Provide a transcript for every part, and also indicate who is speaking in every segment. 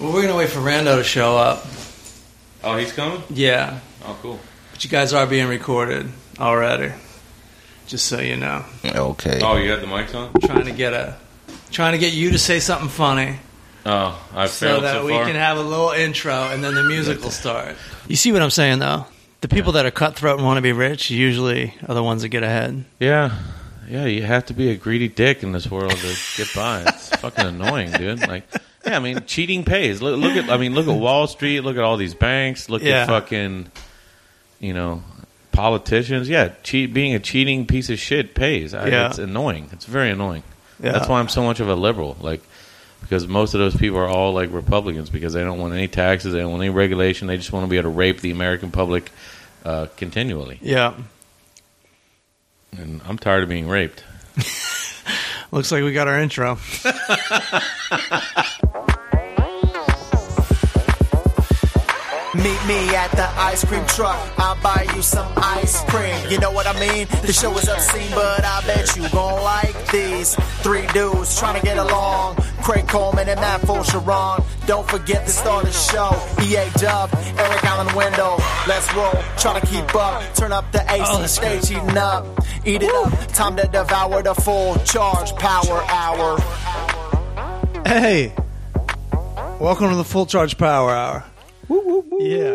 Speaker 1: Well, we're gonna wait for Rando to show up.
Speaker 2: Oh, he's coming.
Speaker 1: Yeah,
Speaker 2: Oh, cool.
Speaker 1: but you guys are being recorded already. Just so you know,
Speaker 3: Okay.
Speaker 2: Oh, you had the mics on.
Speaker 1: trying to get a, trying to get you to say something funny.
Speaker 2: Oh, I
Speaker 1: so
Speaker 2: failed
Speaker 1: that
Speaker 2: so
Speaker 1: we
Speaker 2: far.
Speaker 1: can have a little intro and then the music will start. You see what I'm saying, though? The people that are cutthroat and want to be rich usually are the ones that get ahead.
Speaker 2: yeah, yeah. You have to be a greedy dick in this world to get by. It's fucking annoying, dude. Like, yeah, I mean, cheating pays. Look, look at, I mean, look at Wall Street. Look at all these banks. Look
Speaker 1: Yeah.
Speaker 2: at fucking, you know, politicians. Yeah, cheat. Being a cheating piece of shit pays. I,
Speaker 1: Yeah.
Speaker 2: It's annoying. It's very annoying.
Speaker 1: Yeah.
Speaker 2: That's why I'm so much of a liberal. Like, because most of those people are all like Republicans because they don't want any taxes, they don't want any regulation, they just want to be able to rape the American public uh, continually.
Speaker 1: Yeah.
Speaker 2: And I'm tired of being raped.
Speaker 1: Looks like we got our intro.
Speaker 4: Meet me at the ice cream truck. I'll buy you some ice cream. You know what I mean? The show is obscene, but I bet you gon' like these three dudes trying to get along. Craig Coleman and Matt Sharon. Don't forget to start the show. EA Dub, Eric Allen Window. Let's roll. Try to keep up. Turn up the AC
Speaker 1: Oh, that's
Speaker 4: stage, eating up. Eat it up. Time to devour the full charge power hour.
Speaker 1: Hey, welcome to the Full Charge Power Hour. Yeah.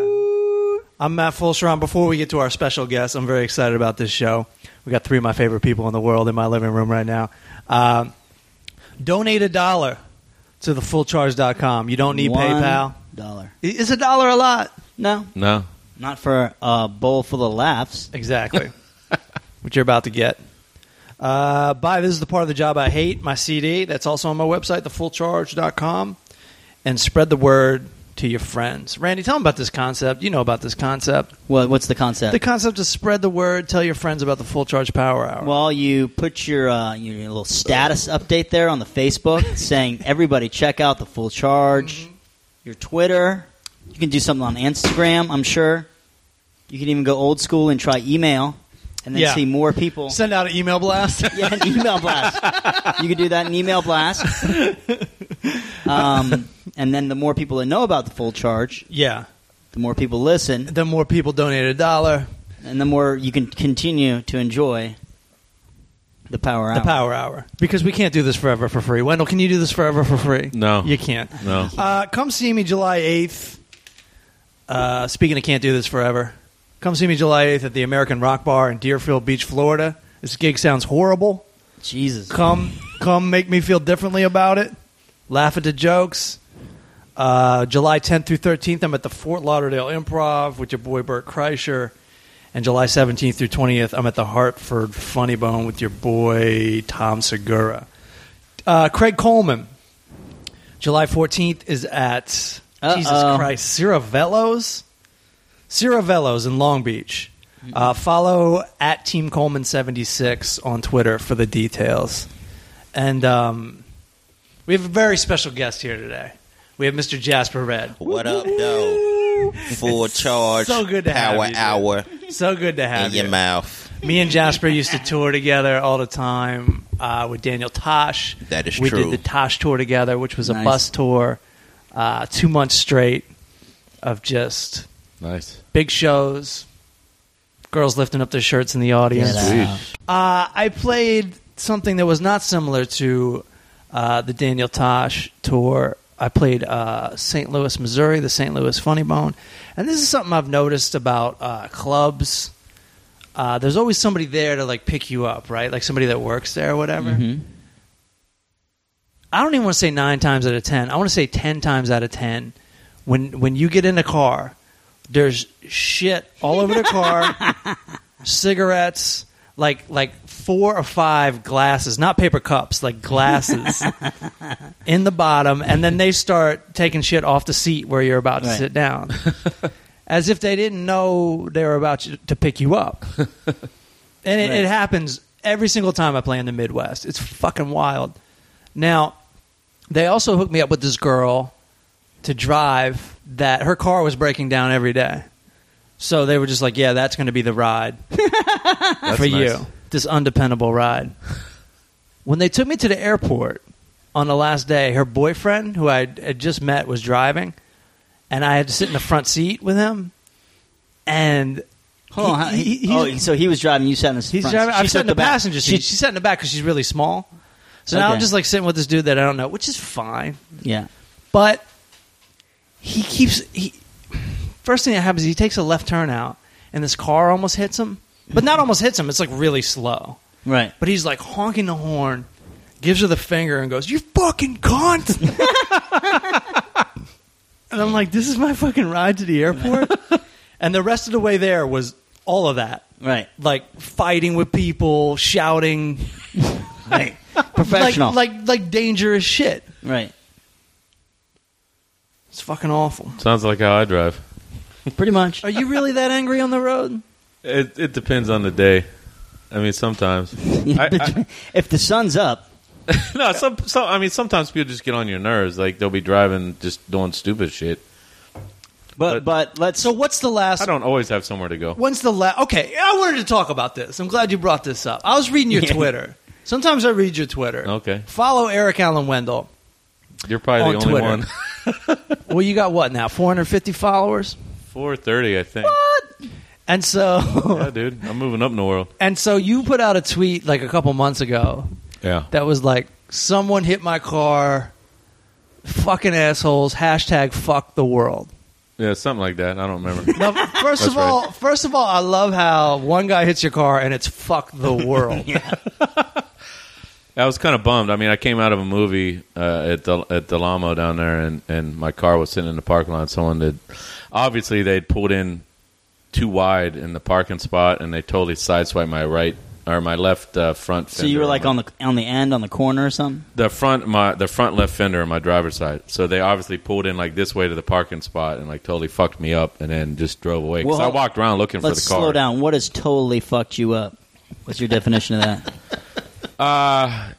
Speaker 1: I'm Matt Fulcheron. Before we get to our special guest, I'm very excited about this show. We got three of my favorite people in the world in my living room right now. Um, donate a dollar to thefullcharge.com. You don't need
Speaker 5: One
Speaker 1: PayPal.
Speaker 5: Dollar.
Speaker 1: Is a dollar a lot?
Speaker 5: No,
Speaker 2: No.
Speaker 5: not for a bowl full of laughs.
Speaker 1: Exactly. what you're about to get. Uh, buy This is the part of the job I hate, my CD. That's also on my website, thefullcharge.com. And spread the word to your friends. Randy, tell them about this concept. You know about this concept.
Speaker 5: Well, what's the concept?
Speaker 1: The concept is spread the word, tell your friends about the Full Charge Power Hour.
Speaker 5: well, you put your uh, your little status update there on the Facebook, saying everybody check out the full charge. Your Twitter, you can do something on Instagram. I'm sure you can even go old school and try email, and then
Speaker 1: Yeah.
Speaker 5: see more people.
Speaker 1: Send out an email blast.
Speaker 5: yeah, an email blast. you could do that in email blast. Um, and then the more people that know about the full charge,
Speaker 1: yeah.
Speaker 5: the more people listen,
Speaker 1: Then more people donate a dollar.
Speaker 5: and the more you can continue to enjoy the power hour.
Speaker 1: The Power Hour. Because we can't do this forever for free. Wendell, can you do this forever for free?
Speaker 2: No.
Speaker 1: You can't.
Speaker 2: No.
Speaker 1: Uh, come see me July 8th. Uh, speaking of can't do this forever, come see me July 8th at the American Rock Bar in Deerfield Beach, Florida. This gig sounds horrible.
Speaker 5: Jesus.
Speaker 1: Come, come make me feel differently about it. Laugh at the jokes. Uh, July 10th through 13th, I'm at the Fort Lauderdale Improv with your boy Bert Kreischer. And July 17th through 20th, I'm at the Hartford Funny Bone with your boy Tom Segura. Uh, Craig Coleman, July 14th is at, Jesus
Speaker 5: Uh-oh.
Speaker 1: Christ, Ciravello's? Ciravello's in Long Beach. Uh, follow at Team Coleman76 on Twitter for the details. And um, we have a very special guest here today. We have Mr. Jasper Red.
Speaker 3: What up, though? Full charge.
Speaker 1: so good to have
Speaker 3: power
Speaker 1: you, dude.
Speaker 3: hour
Speaker 1: So good to have
Speaker 3: in your
Speaker 1: you.
Speaker 3: mouth.
Speaker 1: Me and Jasper used to tour together all the time uh, with Daniel Tosh.
Speaker 3: That is
Speaker 1: we
Speaker 3: true.
Speaker 1: did the Tosh tour together, which was a
Speaker 5: Nice.
Speaker 1: bus tour, uh, two months straight of just
Speaker 2: Nice.
Speaker 1: big shows, girls lifting up their shirts in the audience.
Speaker 5: Get out.
Speaker 1: Uh, I played something that was not similar to uh, the Daniel Tosh tour. I played uh, St. Louis, Missouri, the St. Louis Funny Bone. And this is something I've noticed about uh, clubs. Uh, there's always somebody there to like pick you up, right? Like somebody that works there or whatever.
Speaker 5: Mhm.
Speaker 1: I don't even want to say nine times out of ten. I want to say ten times out of ten. When when you get in a car, there's shit all over the car, cigarettes, like like four or five glasses, not paper cups, like glasses in the bottom, and then they start taking shit off the seat where you're about to
Speaker 5: Right.
Speaker 1: sit down, as if they didn't know they were about to to pick you up. And it, it
Speaker 5: Right.
Speaker 1: happens every single time I play in the Midwest. It's fucking wild. Now, they also hooked me up with this girl to drive that her car was breaking down every day. So they were just like, yeah, that's going to be the ride
Speaker 2: That's
Speaker 1: for
Speaker 2: nice.
Speaker 1: you. This undependable ride. When they took me to the airport, on the last day, her boyfriend, who I had just met, was driving, and I had to sit in the front seat with him. And
Speaker 5: Hold on. how-
Speaker 1: He- he-
Speaker 5: he-
Speaker 1: he's-
Speaker 5: oh, so he was driving. You sat in the
Speaker 1: he's
Speaker 5: front.
Speaker 1: driving.
Speaker 5: She
Speaker 1: I'm
Speaker 5: sat
Speaker 1: sitting in the
Speaker 5: back.
Speaker 1: passenger seat.
Speaker 5: She-
Speaker 1: she's sitting in the back because she's really small. So now
Speaker 5: Okay.
Speaker 1: I'm just like sitting with this dude that I don't know, which is fine.
Speaker 5: yeah.
Speaker 1: But he keeps he. First thing that happens, is he takes a left turn out, and this car almost hits him. But not almost hits him. It's like really slow.
Speaker 5: Right.
Speaker 1: But he's like honking the horn, gives her the finger, and goes, "You fucking cunt!" and I'm like, "This is my fucking ride to the airport." and the rest of the way there was all of that,
Speaker 5: Right.
Speaker 1: like fighting with people, shouting,
Speaker 5: Right.
Speaker 1: like
Speaker 5: Professional.
Speaker 1: like like dangerous shit.
Speaker 5: right.
Speaker 1: It's fucking awful.
Speaker 2: Sounds like how I drive.
Speaker 5: Pretty much.
Speaker 1: Are you really that angry on the road?
Speaker 2: It, it depends on the day. I mean, sometimes. I, I,
Speaker 5: if the sun's up,
Speaker 2: no, some, some. I mean, sometimes people just get on your nerves. Like they'll be driving, just doing stupid shit.
Speaker 5: but but let's.
Speaker 1: So what's the last?
Speaker 2: I don't always have somewhere to go.
Speaker 1: When's the last? Okay, I wanted to talk about this. I'm glad you brought this up. I was reading your
Speaker 5: Yeah.
Speaker 1: Twitter. Sometimes I read your Twitter.
Speaker 2: Okay,
Speaker 1: Follow Eric Allen Wendell.
Speaker 2: you're probably the
Speaker 1: On
Speaker 2: only
Speaker 1: Twitter.
Speaker 2: one.
Speaker 1: Well, you got what now? 450 followers.
Speaker 2: Four thirty, I think.
Speaker 1: And so,
Speaker 2: Yeah, dude, I'm moving up in the world.
Speaker 1: and so you put out a tweet like a couple months ago
Speaker 2: Yeah,
Speaker 1: that was like, "Someone hit my car, fucking assholes." Hashtag fuck the world.
Speaker 2: yeah, something like that. I don't remember.
Speaker 1: Now, first
Speaker 2: That's
Speaker 1: of all, first of all, I love how one guy hits your car and it's fuck the world.
Speaker 2: I was kind of bummed. I mean, I came out of a movie uh, at Del- at Delamo down there, and, and my car was sitting in the parking lot. Someone did, obviously, they'd pulled in too wide in the parking spot, and they totally sideswiped my right or my left uh, front.
Speaker 5: so you were like on the on the end on the corner or something.
Speaker 2: the front my the front left fender on my driver's side. So they obviously pulled in like this way to the parking spot and like totally fucked me up, and then just drove away because
Speaker 5: Well,
Speaker 2: I walked around looking for the car.
Speaker 5: Let's slow down. What has totally fucked you up? What's your definition of that?
Speaker 2: Uh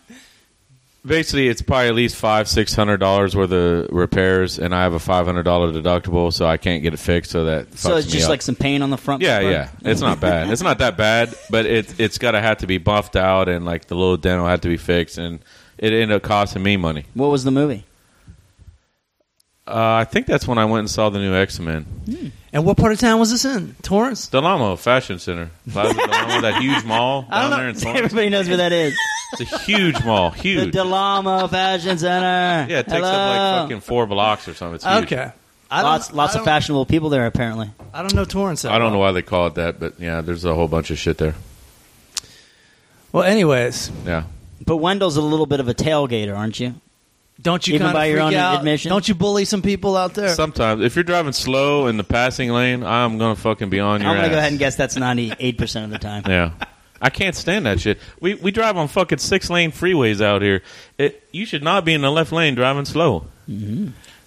Speaker 2: basically it's probably at least five, six hundred dollars worth of repairs and I have a five hundred dollar deductible so I can't get it fixed so that fucks
Speaker 5: so it's
Speaker 2: me
Speaker 5: just
Speaker 2: up.
Speaker 5: like some pain on the front.
Speaker 2: Yeah,
Speaker 5: part?
Speaker 2: yeah. It's not bad. It's not that bad, but it it's gotta have to be buffed out and like the little dental had to be fixed and it ended up costing me money.
Speaker 5: What was the movie?
Speaker 2: Uh, I think that's when I went and saw the new X Men.
Speaker 1: And what part of town was this in? Torrance.
Speaker 2: Delamo Fashion Center. Plaza Delamo, that huge mall
Speaker 5: I
Speaker 2: down
Speaker 5: don't
Speaker 2: there in
Speaker 5: know.
Speaker 2: Torrance.
Speaker 5: Everybody knows where that is.
Speaker 2: It's a huge mall.
Speaker 5: the
Speaker 2: Huge.
Speaker 5: Delamo Fashion Center.
Speaker 2: yeah, it takes
Speaker 5: Hello.
Speaker 2: up like fucking four blocks or something. It's huge.
Speaker 1: Okay. I don't-
Speaker 5: Lots, lots
Speaker 1: I
Speaker 5: of
Speaker 1: don't-
Speaker 5: fashionable people there, apparently.
Speaker 1: I don't know Torrance. that
Speaker 2: I don't
Speaker 1: well.
Speaker 2: know why they call it that, but yeah, there's a whole bunch of shit there.
Speaker 1: Well, anyways,
Speaker 2: Yeah.
Speaker 5: But Wendell's a little bit of a tailgater, aren't you?
Speaker 1: don't you
Speaker 5: Even
Speaker 1: kind
Speaker 5: by
Speaker 1: of
Speaker 5: your
Speaker 1: freak
Speaker 5: own
Speaker 1: out?
Speaker 5: admission?
Speaker 1: Don't you bully some people out there?
Speaker 2: Sometimes, if you're driving slow in the passing lane, I'm gonna fucking be on your
Speaker 5: I'm gonna
Speaker 2: ass.
Speaker 5: go ahead and guess that's 98 percent of the time.
Speaker 2: Yeah. I can't stand that shit. We we drive on fucking six lane freeways out here. It, you should not be in the left lane driving slow.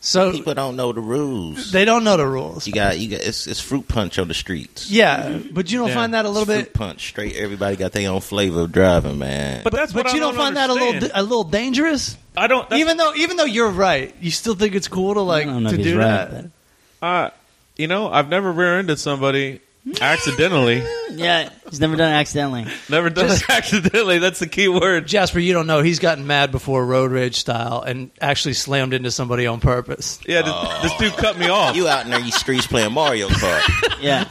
Speaker 1: so
Speaker 3: People don't know the rules.
Speaker 1: they don't know the rules.
Speaker 3: You got you got it's, it's fruit punch on the streets.
Speaker 1: Yeah, but you don't
Speaker 2: Yeah.
Speaker 1: find that a little
Speaker 3: It's fruit
Speaker 1: bit.
Speaker 3: punch straight. Everybody got their own flavor of driving, man.
Speaker 2: But that's
Speaker 1: But
Speaker 2: what
Speaker 1: you
Speaker 2: I
Speaker 1: don't, find that a little
Speaker 2: understand.
Speaker 1: a little dangerous.
Speaker 2: I don't. That's,
Speaker 1: even though even though you're right, you still think it's cool to like
Speaker 5: I don't know
Speaker 1: to
Speaker 5: if he's
Speaker 1: do
Speaker 5: right,
Speaker 1: that.
Speaker 2: uh, you know, I've never rear-ended somebody accidentally.
Speaker 5: but- Yeah, he's never done it accidentally.
Speaker 2: Never done it accidentally. That's the key word.
Speaker 1: Jasper, you don't know. He's gotten mad before road rage style and actually slammed into somebody on purpose.
Speaker 2: Yeah, this, this dude cut me off.
Speaker 3: you out in these streets playing Mario Kart.
Speaker 5: Yeah,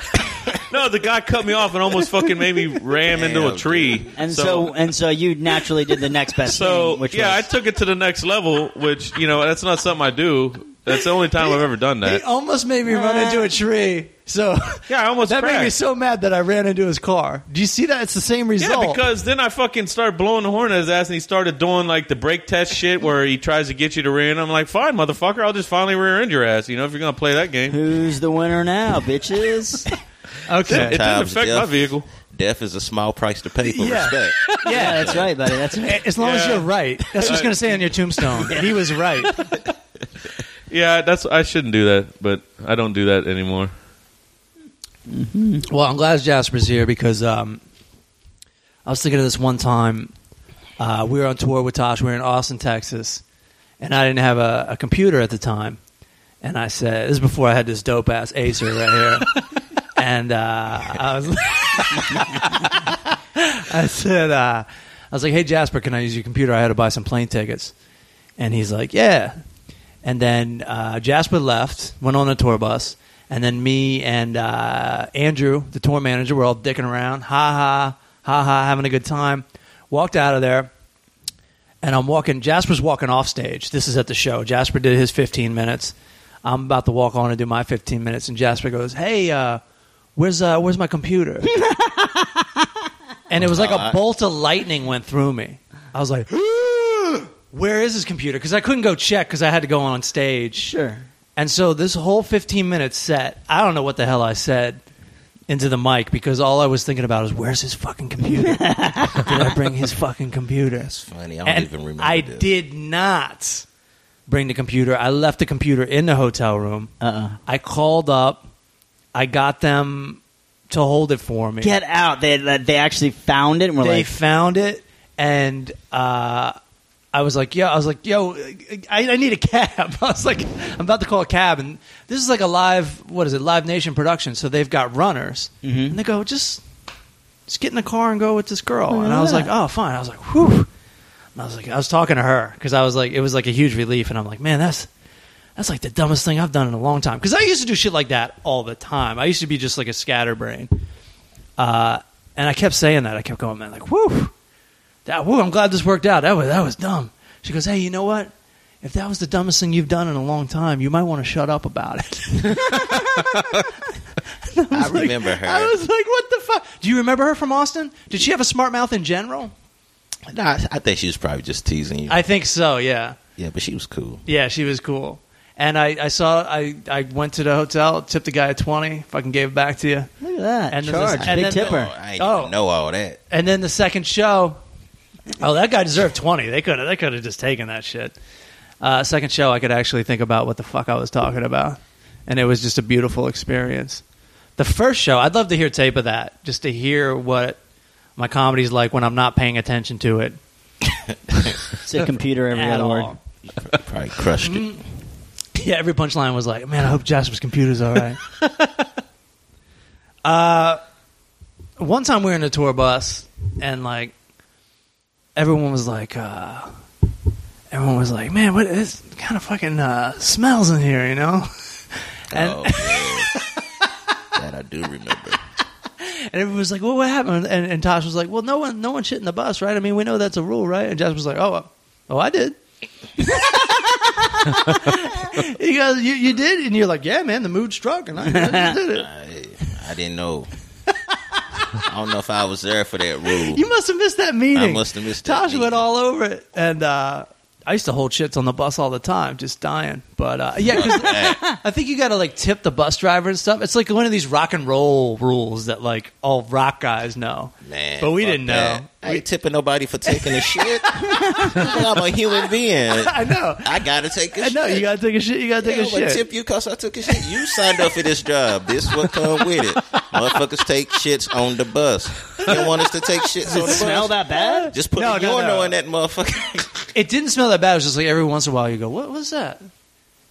Speaker 2: No, the guy cut me off and almost fucking made me ram into
Speaker 3: Damn,
Speaker 2: a tree.
Speaker 5: and so, and so you naturally did the next best
Speaker 2: So
Speaker 5: thing, which
Speaker 2: yeah,
Speaker 5: was
Speaker 2: I took it to the next level, which you know that's not something I do. That's the only time I've ever done
Speaker 1: He
Speaker 2: that.
Speaker 1: almost made me run into a tree. So
Speaker 2: Yeah, I almost
Speaker 1: that made me
Speaker 2: crashed.
Speaker 1: so mad that I ran into his car. Do you see that? It's the same result.
Speaker 2: Yeah, because then I fucking started blowing the horn at his ass, and he started doing like the brake test shit where he tries to get you to rear end. I'm like, fine, motherfucker, I'll just finally rear end your ass. You know, if you're gonna play that game,
Speaker 5: who's the winner now, bitches?
Speaker 1: okay,
Speaker 2: it didn't
Speaker 3: Times
Speaker 2: affect
Speaker 3: death.
Speaker 2: my vehicle.
Speaker 3: Death is a small price to pay for
Speaker 1: Yeah.
Speaker 3: respect.
Speaker 5: yeah, that's right, buddy. That's right.
Speaker 1: As long as
Speaker 2: Yeah.
Speaker 1: you're right. That's what's going to say on your tombstone. He was right.
Speaker 2: Yeah, that's I shouldn't do that, but I don't do that anymore.
Speaker 1: Well, I'm glad Jasper's here because um, I was thinking of this one time. Uh, we were on tour with Tosh. We were in Austin, Texas, and I didn't have a, a computer at the time. And I said, "This is before I had this dope ass Acer right here." and uh, I was, I said, uh, "I was like, hey Jasper, can I use your computer? I had to buy some plane tickets." And he's like, yeah. And then uh, Jasper left, went on a tour bus, and then me and uh, Andrew, the tour manager, were all dicking around, ha ha, ha ha, having a good time. Walked out of there, and I'm walking. Jasper's walking off stage. This is at the show. Jasper did his 15 minutes. I'm about to walk on and do my 15 minutes, and Jasper goes, "Hey, uh, where's uh, where's my computer?" and it was like a bolt of lightning went through me. I was like, "Where is his computer?" Because I couldn't go check because I had to go on stage.
Speaker 5: Sure.
Speaker 1: And so this whole 15 minute set, I don't know what the hell I said into the mic because all I was thinking about is where's his fucking computer? did I bring his fucking computer?
Speaker 3: That's funny. I don't
Speaker 1: and
Speaker 3: even remember.
Speaker 1: I
Speaker 3: this.
Speaker 1: did not bring the computer. I left the computer in the hotel room.
Speaker 5: Uh-uh.
Speaker 1: I called up. I got them to hold it for me.
Speaker 5: Get out. They they actually found it and were
Speaker 1: they
Speaker 5: like,
Speaker 1: found it, and uh, I was like, "Yo, I was like, yo, I, I need a cab." I was like, "I'm about to call a cab," and this is like a live, what is it, Live Nation production. So they've got runners,
Speaker 5: Mhm.
Speaker 1: and they go, "Just, just get in the car and go with this girl."
Speaker 5: Look at
Speaker 1: and I was like,
Speaker 5: that.
Speaker 1: "Oh, fine." I was like, "Whew." And I was like, I was talking to her because I was like, it was like a huge relief, and I'm like, man, that's. That's like the dumbest thing I've done in a long time. Because I used to do shit like that all the time. I used to be just like a scatterbrain. Uh, and I kept saying that. I kept going, man, like, whoo, that, whoo, I'm glad this worked out. That was, that was dumb. She goes, hey, you know what? If that was the dumbest thing you've done in a long time, you might want to shut up about it.
Speaker 3: I remember her.
Speaker 1: I was like, what the fuck? Do you remember her from Austin? Did she have a smart mouth in general?
Speaker 3: Nah, I think she was probably just teasing you.
Speaker 1: I think so, yeah.
Speaker 3: yeah, but she was cool.
Speaker 1: Yeah, she was cool. And I, I saw, I, I went to the hotel, tipped the guy a 20, fucking gave it back to you.
Speaker 5: look at that.
Speaker 1: And then
Speaker 5: Charge.
Speaker 1: this- and
Speaker 5: Big
Speaker 1: then-
Speaker 5: tipper.
Speaker 3: Oh, I ain't
Speaker 1: Oh.
Speaker 3: even know all that.
Speaker 1: And then the second show, oh, that guy deserved twenty. They could have, they could have just taken that shit. Uh, second show, I could actually think about what the fuck I was talking about, and it was just a beautiful experience. The first show, I'd love to hear tape of that, just to hear what my comedy's like when I'm not paying attention to it
Speaker 5: It's a computer every
Speaker 1: at
Speaker 5: other word.
Speaker 1: all.
Speaker 3: Probably crushed it.
Speaker 1: Yeah, every punchline was like, "Man, I hope Jasper's computer's all right." uh, one time we were in a tour bus, and like everyone was like, uh, everyone was like, "Man, what is kind of fucking uh, smells in here?" You know. Mm-hmm. And,
Speaker 3: oh, man. that I do remember.
Speaker 1: and everyone was like, "Well, what happened?" And, and Tosh was like, "Well, no one, no one shit in the bus, right? I mean, we know that's a rule, right?" And Jasper was like, "Oh, uh, oh, I did." he goes, you, "You did," and you're like, "Yeah, man, the mood struck, and I, I just did it."
Speaker 3: I, I didn't know. I don't know if I was there for that rule.
Speaker 1: You must have missed that meeting.
Speaker 3: I must have missed that
Speaker 1: Tosh went
Speaker 3: meeting.
Speaker 1: all over it, and uh, I used to hold shits on the bus all the time, just dying. But uh, yeah, 'cause I think you got to like tip the bus driver and stuff. It's like one of these rock and roll rules that like all rock guys know.
Speaker 3: Man,
Speaker 1: but we
Speaker 3: fuck
Speaker 1: didn't
Speaker 3: that.
Speaker 1: know.
Speaker 3: I ain't tipping nobody for taking a shit. I'm a human being.
Speaker 1: I know.
Speaker 3: I gotta take a
Speaker 1: I
Speaker 3: shit.
Speaker 1: know. You gotta take a shit. You gotta take
Speaker 3: Yeah,
Speaker 1: a
Speaker 3: I'm gonna
Speaker 1: shit.
Speaker 3: tip you because I took a shit. You signed up for this job. This what come with it. Motherfuckers take shits on the bus. You don't want us to take shits on the
Speaker 5: Smell
Speaker 3: bus.
Speaker 5: that bad?
Speaker 3: Just put
Speaker 1: No,
Speaker 3: a
Speaker 1: no,
Speaker 3: urinal
Speaker 1: no.
Speaker 3: in that motherfucker.
Speaker 1: It didn't smell that bad. It was just like every once in a while you go, "What was that?"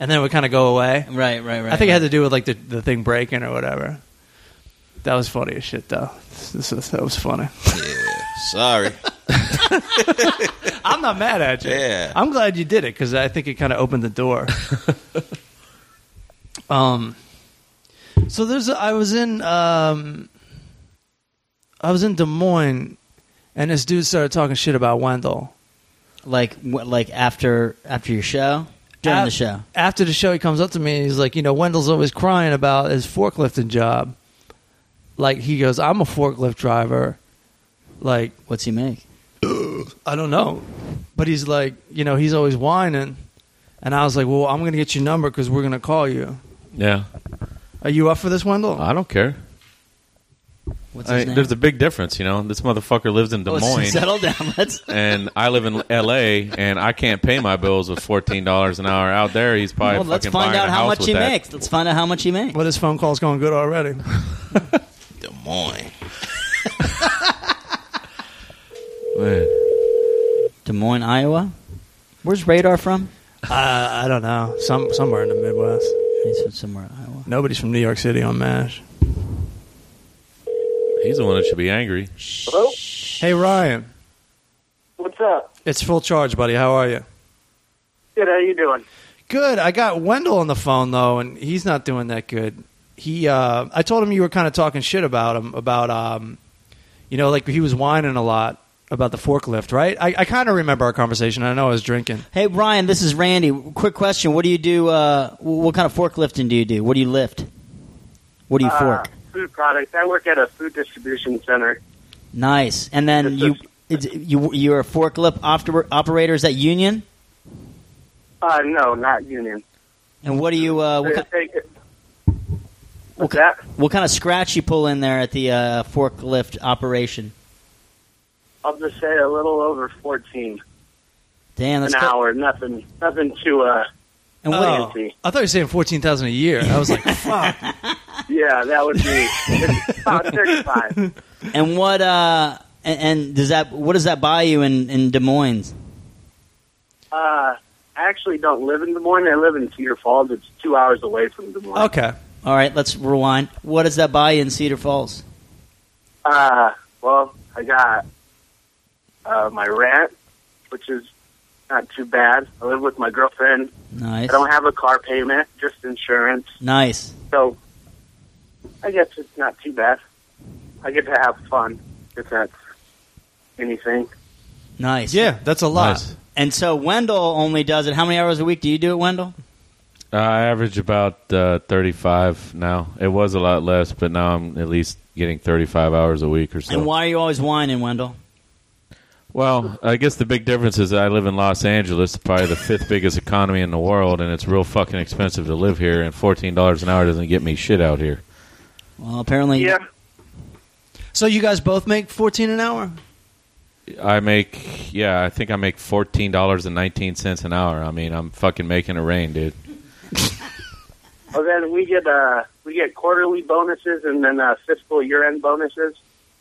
Speaker 1: And then it would kind of go away.
Speaker 5: Right, right, right.
Speaker 1: I think it had to do with like the, the thing breaking or whatever. That was funny as shit, though. This is- that was funny.
Speaker 3: Sorry.
Speaker 1: I'm not mad at you.
Speaker 3: Yeah.
Speaker 1: I'm glad you did it because I think it kind of opened the door. um, so there's I was in um, I was in Des Moines, and this dude started talking shit about Wendell.
Speaker 5: like what, like after after your show during the
Speaker 1: Af-
Speaker 5: show.
Speaker 1: After the show, he comes up to me and he's like, you know, Wendell's always crying about his forklifting job. Like he goes, I'm a forklift driver. Like
Speaker 5: What's he make?
Speaker 1: I don't know. But he's like, you know, he's always whining. And I was like, well, I'm going to get your number because we're going to call you.
Speaker 2: Yeah,
Speaker 1: Are you up for this, Wendell?
Speaker 2: I don't care.
Speaker 5: What's
Speaker 2: I
Speaker 5: his
Speaker 2: mean,
Speaker 5: name? Oh,
Speaker 2: there's a big difference, you know. This motherfucker lives in Des
Speaker 5: Let's
Speaker 2: Moines,
Speaker 5: settle down. Let's.
Speaker 2: and I live in L.A., and I can't pay my bills with fourteen dollars an hour out there. He's probably
Speaker 5: Well, let's
Speaker 2: fucking
Speaker 5: find
Speaker 2: buying
Speaker 5: out
Speaker 2: a
Speaker 5: how
Speaker 2: house
Speaker 5: much
Speaker 2: with
Speaker 5: he
Speaker 2: that.
Speaker 5: makes. Let's find out how much he makes.
Speaker 1: well, this phone call's going good already.
Speaker 3: Des Moines.
Speaker 2: Man.
Speaker 5: Des Moines, Iowa. Where's Radar from?
Speaker 1: I, I don't know. Some Somewhere in the Midwest.
Speaker 5: He's from somewhere in Iowa.
Speaker 1: Nobody's from New York City on MASH.
Speaker 2: He's the one that should be angry.
Speaker 6: Hello?
Speaker 1: Hey, Ryan.
Speaker 6: What's up?
Speaker 1: It's full charge, buddy. How are you?
Speaker 6: Good. How you doing?
Speaker 1: Good. I got Wendell on the phone though, and he's not doing that good. He, uh, I told him you were kind of talking shit about him about, um, you know, like he was whining a lot about the forklift, right? I, I kind of remember our conversation. I know I was drinking.
Speaker 5: Hey, Brian, this is Randy. Quick question: What do you do? Uh, wh- what kind of forklifting do you do? What do you lift? What do you
Speaker 6: Uh,
Speaker 5: fork?
Speaker 6: Food products. I work at a food distribution center.
Speaker 5: Nice. And then
Speaker 6: It's
Speaker 5: you, it's- you, you're a forklift opter- operator. Is that union?
Speaker 6: Uh, no, not union.
Speaker 5: And what do you? Uh, what,
Speaker 6: They
Speaker 5: kind,
Speaker 6: take it- What's
Speaker 5: ki-
Speaker 6: that?
Speaker 5: what kind of scratch you pull in there at the uh, forklift operation?
Speaker 6: I'll just say a little over fourteen
Speaker 5: Damn, that's
Speaker 6: an
Speaker 5: cl-
Speaker 6: hour. Nothing. Nothing too uh
Speaker 5: And what,
Speaker 1: Oh.
Speaker 6: fancy.
Speaker 1: I thought you were saying fourteen thousand a year. I was like, fuck.
Speaker 6: Yeah, that would be it's about thirty-five.
Speaker 5: and what? Uh, and, and does that? What does that buy you in, in Des Moines?
Speaker 6: Uh, I actually don't live in Des Moines. I live in Cedar Falls. It's two hours away from Des Moines.
Speaker 1: Okay.
Speaker 5: All right, let's rewind. What does that buy you in Cedar Falls?
Speaker 6: Uh, well, I got uh, my rent, which is not too bad. I live with my girlfriend. I
Speaker 5: Nice,
Speaker 6: don't have a car payment, just insurance.
Speaker 5: nice.
Speaker 6: So I guess it's not too bad. I get to have fun, if that's anything.
Speaker 5: Nice.
Speaker 1: Yeah, that's a lot.
Speaker 2: Nice.
Speaker 5: And so Wendell only does it. How many hours a week do you do it, Wendell?
Speaker 2: Uh, I average about uh, 35 now. It was a lot less, but now I'm at least getting 35 hours a week or so.
Speaker 5: And why are you always whining, Wendell?
Speaker 2: Well, I guess the big difference is I live in Los Angeles, probably the fifth biggest economy in the world, and it's real fucking expensive to live here. And fourteen dollars an hour doesn't get me shit out here.
Speaker 5: Well, apparently,
Speaker 6: Yeah,
Speaker 1: So you guys both make fourteen an hour?
Speaker 2: I make, yeah, I think I make fourteen dollars and nineteen cents an hour. I mean, I'm fucking making it rain, dude.
Speaker 6: Well, then we get uh, we get quarterly bonuses and then uh, fiscal year-end bonuses.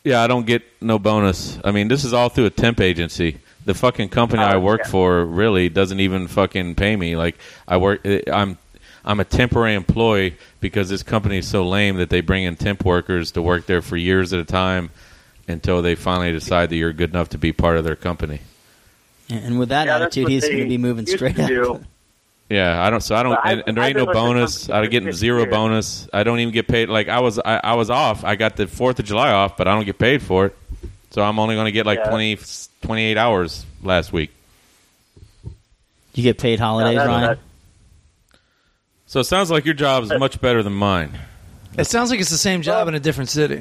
Speaker 2: Yeah, I don't get no bonus. I mean, this is all through a temp agency. The fucking company
Speaker 6: Oh,
Speaker 2: I work
Speaker 6: yeah.
Speaker 2: for really doesn't even fucking pay me. Like I work, eh, I'm I'm a temporary employee because this company is so lame that they bring in temp workers to work there for years at a time until they finally decide that you're good enough to be part of their company.
Speaker 5: and with that
Speaker 6: yeah, that's
Speaker 5: attitude,
Speaker 6: what
Speaker 5: he's
Speaker 6: they
Speaker 5: going to be moving
Speaker 6: used
Speaker 5: straight
Speaker 6: to
Speaker 5: up.
Speaker 6: do.
Speaker 2: Yeah, I don't. So I don't,
Speaker 6: But I-
Speaker 2: and, and there
Speaker 6: I've
Speaker 2: ain't
Speaker 6: been
Speaker 2: no
Speaker 6: with the
Speaker 2: bonus.
Speaker 6: company
Speaker 2: I
Speaker 6: for
Speaker 2: get
Speaker 6: six
Speaker 2: zero
Speaker 6: years.
Speaker 2: bonus. I don't even get paid. Like I was, I, I was off. I got the Fourth of July off, but I don't get paid for it. So I'm only going to get like
Speaker 6: Yeah.
Speaker 2: twenty twenty eight 28 hours last week.
Speaker 5: You get paid holidays,
Speaker 6: Yeah, that's
Speaker 5: Ryan.
Speaker 6: what-
Speaker 2: So it sounds like your job is much better than mine.
Speaker 1: It sounds like it's the same job in a different city.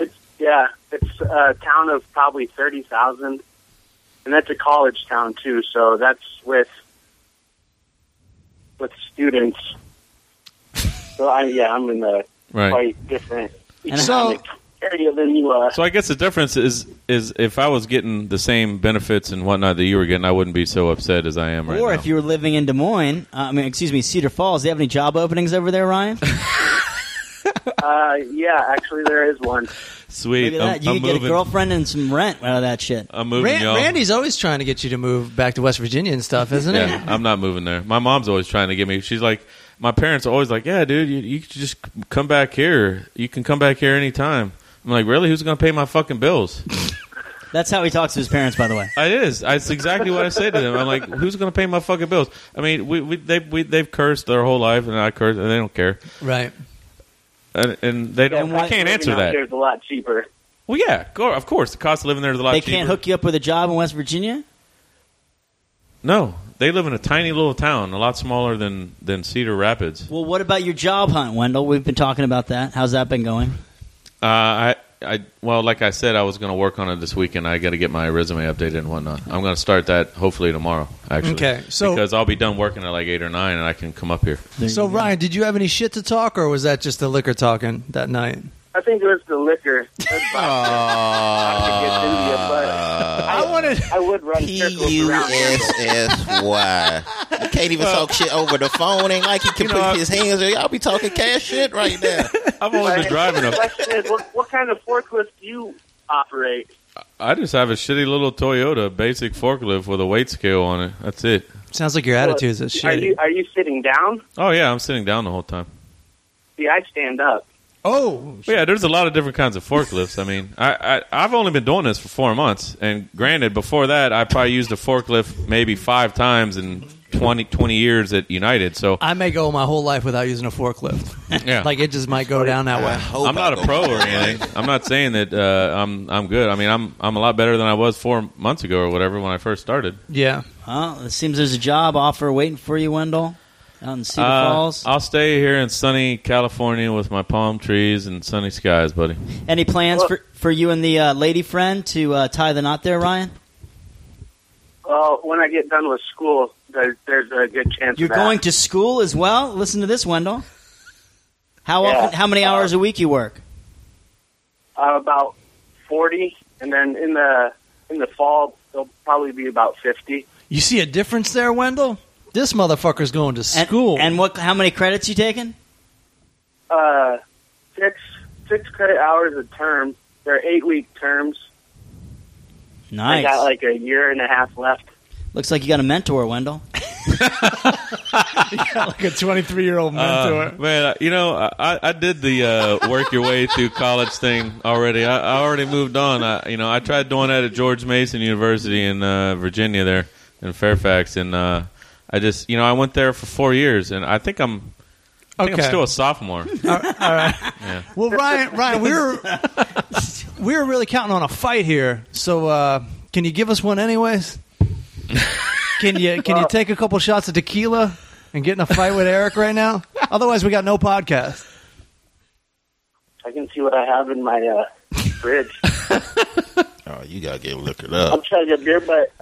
Speaker 6: It's yeah, it's a town of probably thirty thousand, and that's a college town too. So that's with with students. So I yeah, I'm in the
Speaker 2: Right.
Speaker 6: quite different
Speaker 5: And
Speaker 6: economic area than you are.
Speaker 2: So I guess the difference is is if I was getting the same benefits and whatnot that you were getting, I wouldn't be so upset as I am right
Speaker 5: or
Speaker 2: now.
Speaker 5: if you were living in Des Moines, uh, I mean, excuse me, Cedar Falls, do you have any job openings over there, Ryan?
Speaker 6: Uh, yeah, actually there is one.
Speaker 2: Sweet,
Speaker 5: Maybe
Speaker 2: I'm,
Speaker 5: that. You
Speaker 2: I'm
Speaker 5: could
Speaker 2: moving.
Speaker 5: get a girlfriend and some rent out of that shit.
Speaker 2: I'm moving,
Speaker 1: Ran-
Speaker 2: y'all.
Speaker 1: Randy's always trying to get you to move back to West Virginia and stuff, isn't it?
Speaker 2: Yeah, I'm not moving there. My mom's always trying to get me. She's like, my parents are always like, yeah, dude, you, you could just come back here. You can come back here anytime. I'm like, really? Who's gonna pay my fucking bills?
Speaker 5: That's how he talks to his parents, by the way.
Speaker 2: It is. That's exactly what I say to them. I'm like, who's going to pay my fucking bills? I mean, we, we they we, they've cursed their whole life, and I curse, and they don't care,
Speaker 1: Right.
Speaker 2: and, and they don't.
Speaker 5: And why-
Speaker 2: I can't
Speaker 6: Living
Speaker 2: answer
Speaker 6: out
Speaker 2: that.
Speaker 6: There's a lot cheaper.
Speaker 2: Well, yeah, go, of course, the cost of living there is a lot.
Speaker 5: They
Speaker 2: cheaper.
Speaker 5: can't hook you up with a job in West Virginia?
Speaker 2: No, they live in a tiny little town, a lot smaller than than Cedar Rapids.
Speaker 5: Well, what about your job hunt, Wendell? We've been talking about that. How's that been going?
Speaker 2: Uh, I. I, well, like I said, I was going to work on it this weekend. I got to get my resume updated and whatnot. I'm going to start that hopefully tomorrow, actually.
Speaker 1: Okay, so-
Speaker 2: because I'll be done working at like eight or nine, and I can come up here.
Speaker 5: There
Speaker 1: So
Speaker 5: you go.
Speaker 1: Ryan, did you have any shit to talk, or was that just the liquor talking that night?
Speaker 6: I think it was the liquor. That's why I could get into you, but
Speaker 2: Uh,
Speaker 1: I wanted.
Speaker 6: I would run
Speaker 3: P
Speaker 6: circles
Speaker 3: U
Speaker 6: around you.
Speaker 3: S S Y. You can't even talk shit over the phone. Ain't like he can
Speaker 2: You know,
Speaker 3: put
Speaker 2: I-
Speaker 3: his hands. Y'all be talking cash shit right now.
Speaker 2: I've only been driving
Speaker 6: The
Speaker 2: a
Speaker 6: question is, what, what kind of forklift do you operate?
Speaker 2: I just have a shitty little Toyota basic forklift with a weight scale on it. That's it.
Speaker 1: Sounds like your attitudes are
Speaker 6: Are you
Speaker 1: shitty.
Speaker 6: are you sitting down?
Speaker 2: Oh yeah, I'm sitting down the whole time.
Speaker 6: See, I stand up.
Speaker 1: Oh,
Speaker 2: Well, yeah, there's a lot of different kinds of forklifts. I mean, I, I I've only been doing this for four months, and granted, before that, I probably used a forklift maybe five times in 20, 20 years at United. So
Speaker 1: I may go my whole life without using a forklift.
Speaker 2: yeah,
Speaker 1: Like it just might go down that
Speaker 3: I
Speaker 1: way.
Speaker 3: hope
Speaker 2: I'm not a
Speaker 3: I go
Speaker 2: pro or
Speaker 3: back.
Speaker 2: anything. I'm not saying that uh, I'm I'm good. I mean, I'm I'm a lot better than I was four months ago or whatever when I first started.
Speaker 1: Yeah.
Speaker 5: Well, it seems there's a job offer waiting for you, Wendell, out in Cedar
Speaker 2: Uh,
Speaker 5: Falls.
Speaker 2: I'll stay here in sunny California with my palm trees and sunny skies, buddy.
Speaker 5: Any plans for, for you and the uh, lady friend to uh, tie the knot there, Ryan?
Speaker 6: Well, when I get done with school, there's, there's a good chance.
Speaker 5: You're
Speaker 6: of that.
Speaker 5: going to school as well. Listen to this, Wendell. How
Speaker 6: Yeah.
Speaker 5: often? How many hours a week you work?
Speaker 6: uh, about forty, and then in the in the fall they'll probably be about fifty.
Speaker 1: You see a difference there, Wendell? This motherfucker's going to
Speaker 5: And-
Speaker 1: school.
Speaker 5: And what? How many credits you taking?
Speaker 6: Uh, six six credit hours a term. They're eight week terms. I
Speaker 5: Nice.
Speaker 6: got like a year and a half left.
Speaker 5: Looks like you got a mentor, Wendell.
Speaker 1: like a 23 year old
Speaker 2: Uh, man, I- you know, I- I, I did the uh, work your way through college thing already. I, I already moved on. I, you know, I tried doing that at George Mason University in uh, Virginia, there in Fairfax, and uh, I just, you know, I went there for four years, and I think I'm, I think
Speaker 1: Okay.
Speaker 2: I'm still a sophomore.
Speaker 1: well, Ryan, Ryan, we were we were really counting on a fight here. So uh, can you give us one, anyways? Can you can you take a couple shots of tequila and get in a fight with Eric right now? Otherwise, we got no podcast.
Speaker 6: I can see what I have in my uh, fridge.
Speaker 3: Oh, you gotta get liquored
Speaker 6: I'm
Speaker 3: up.
Speaker 6: trying to get beer, but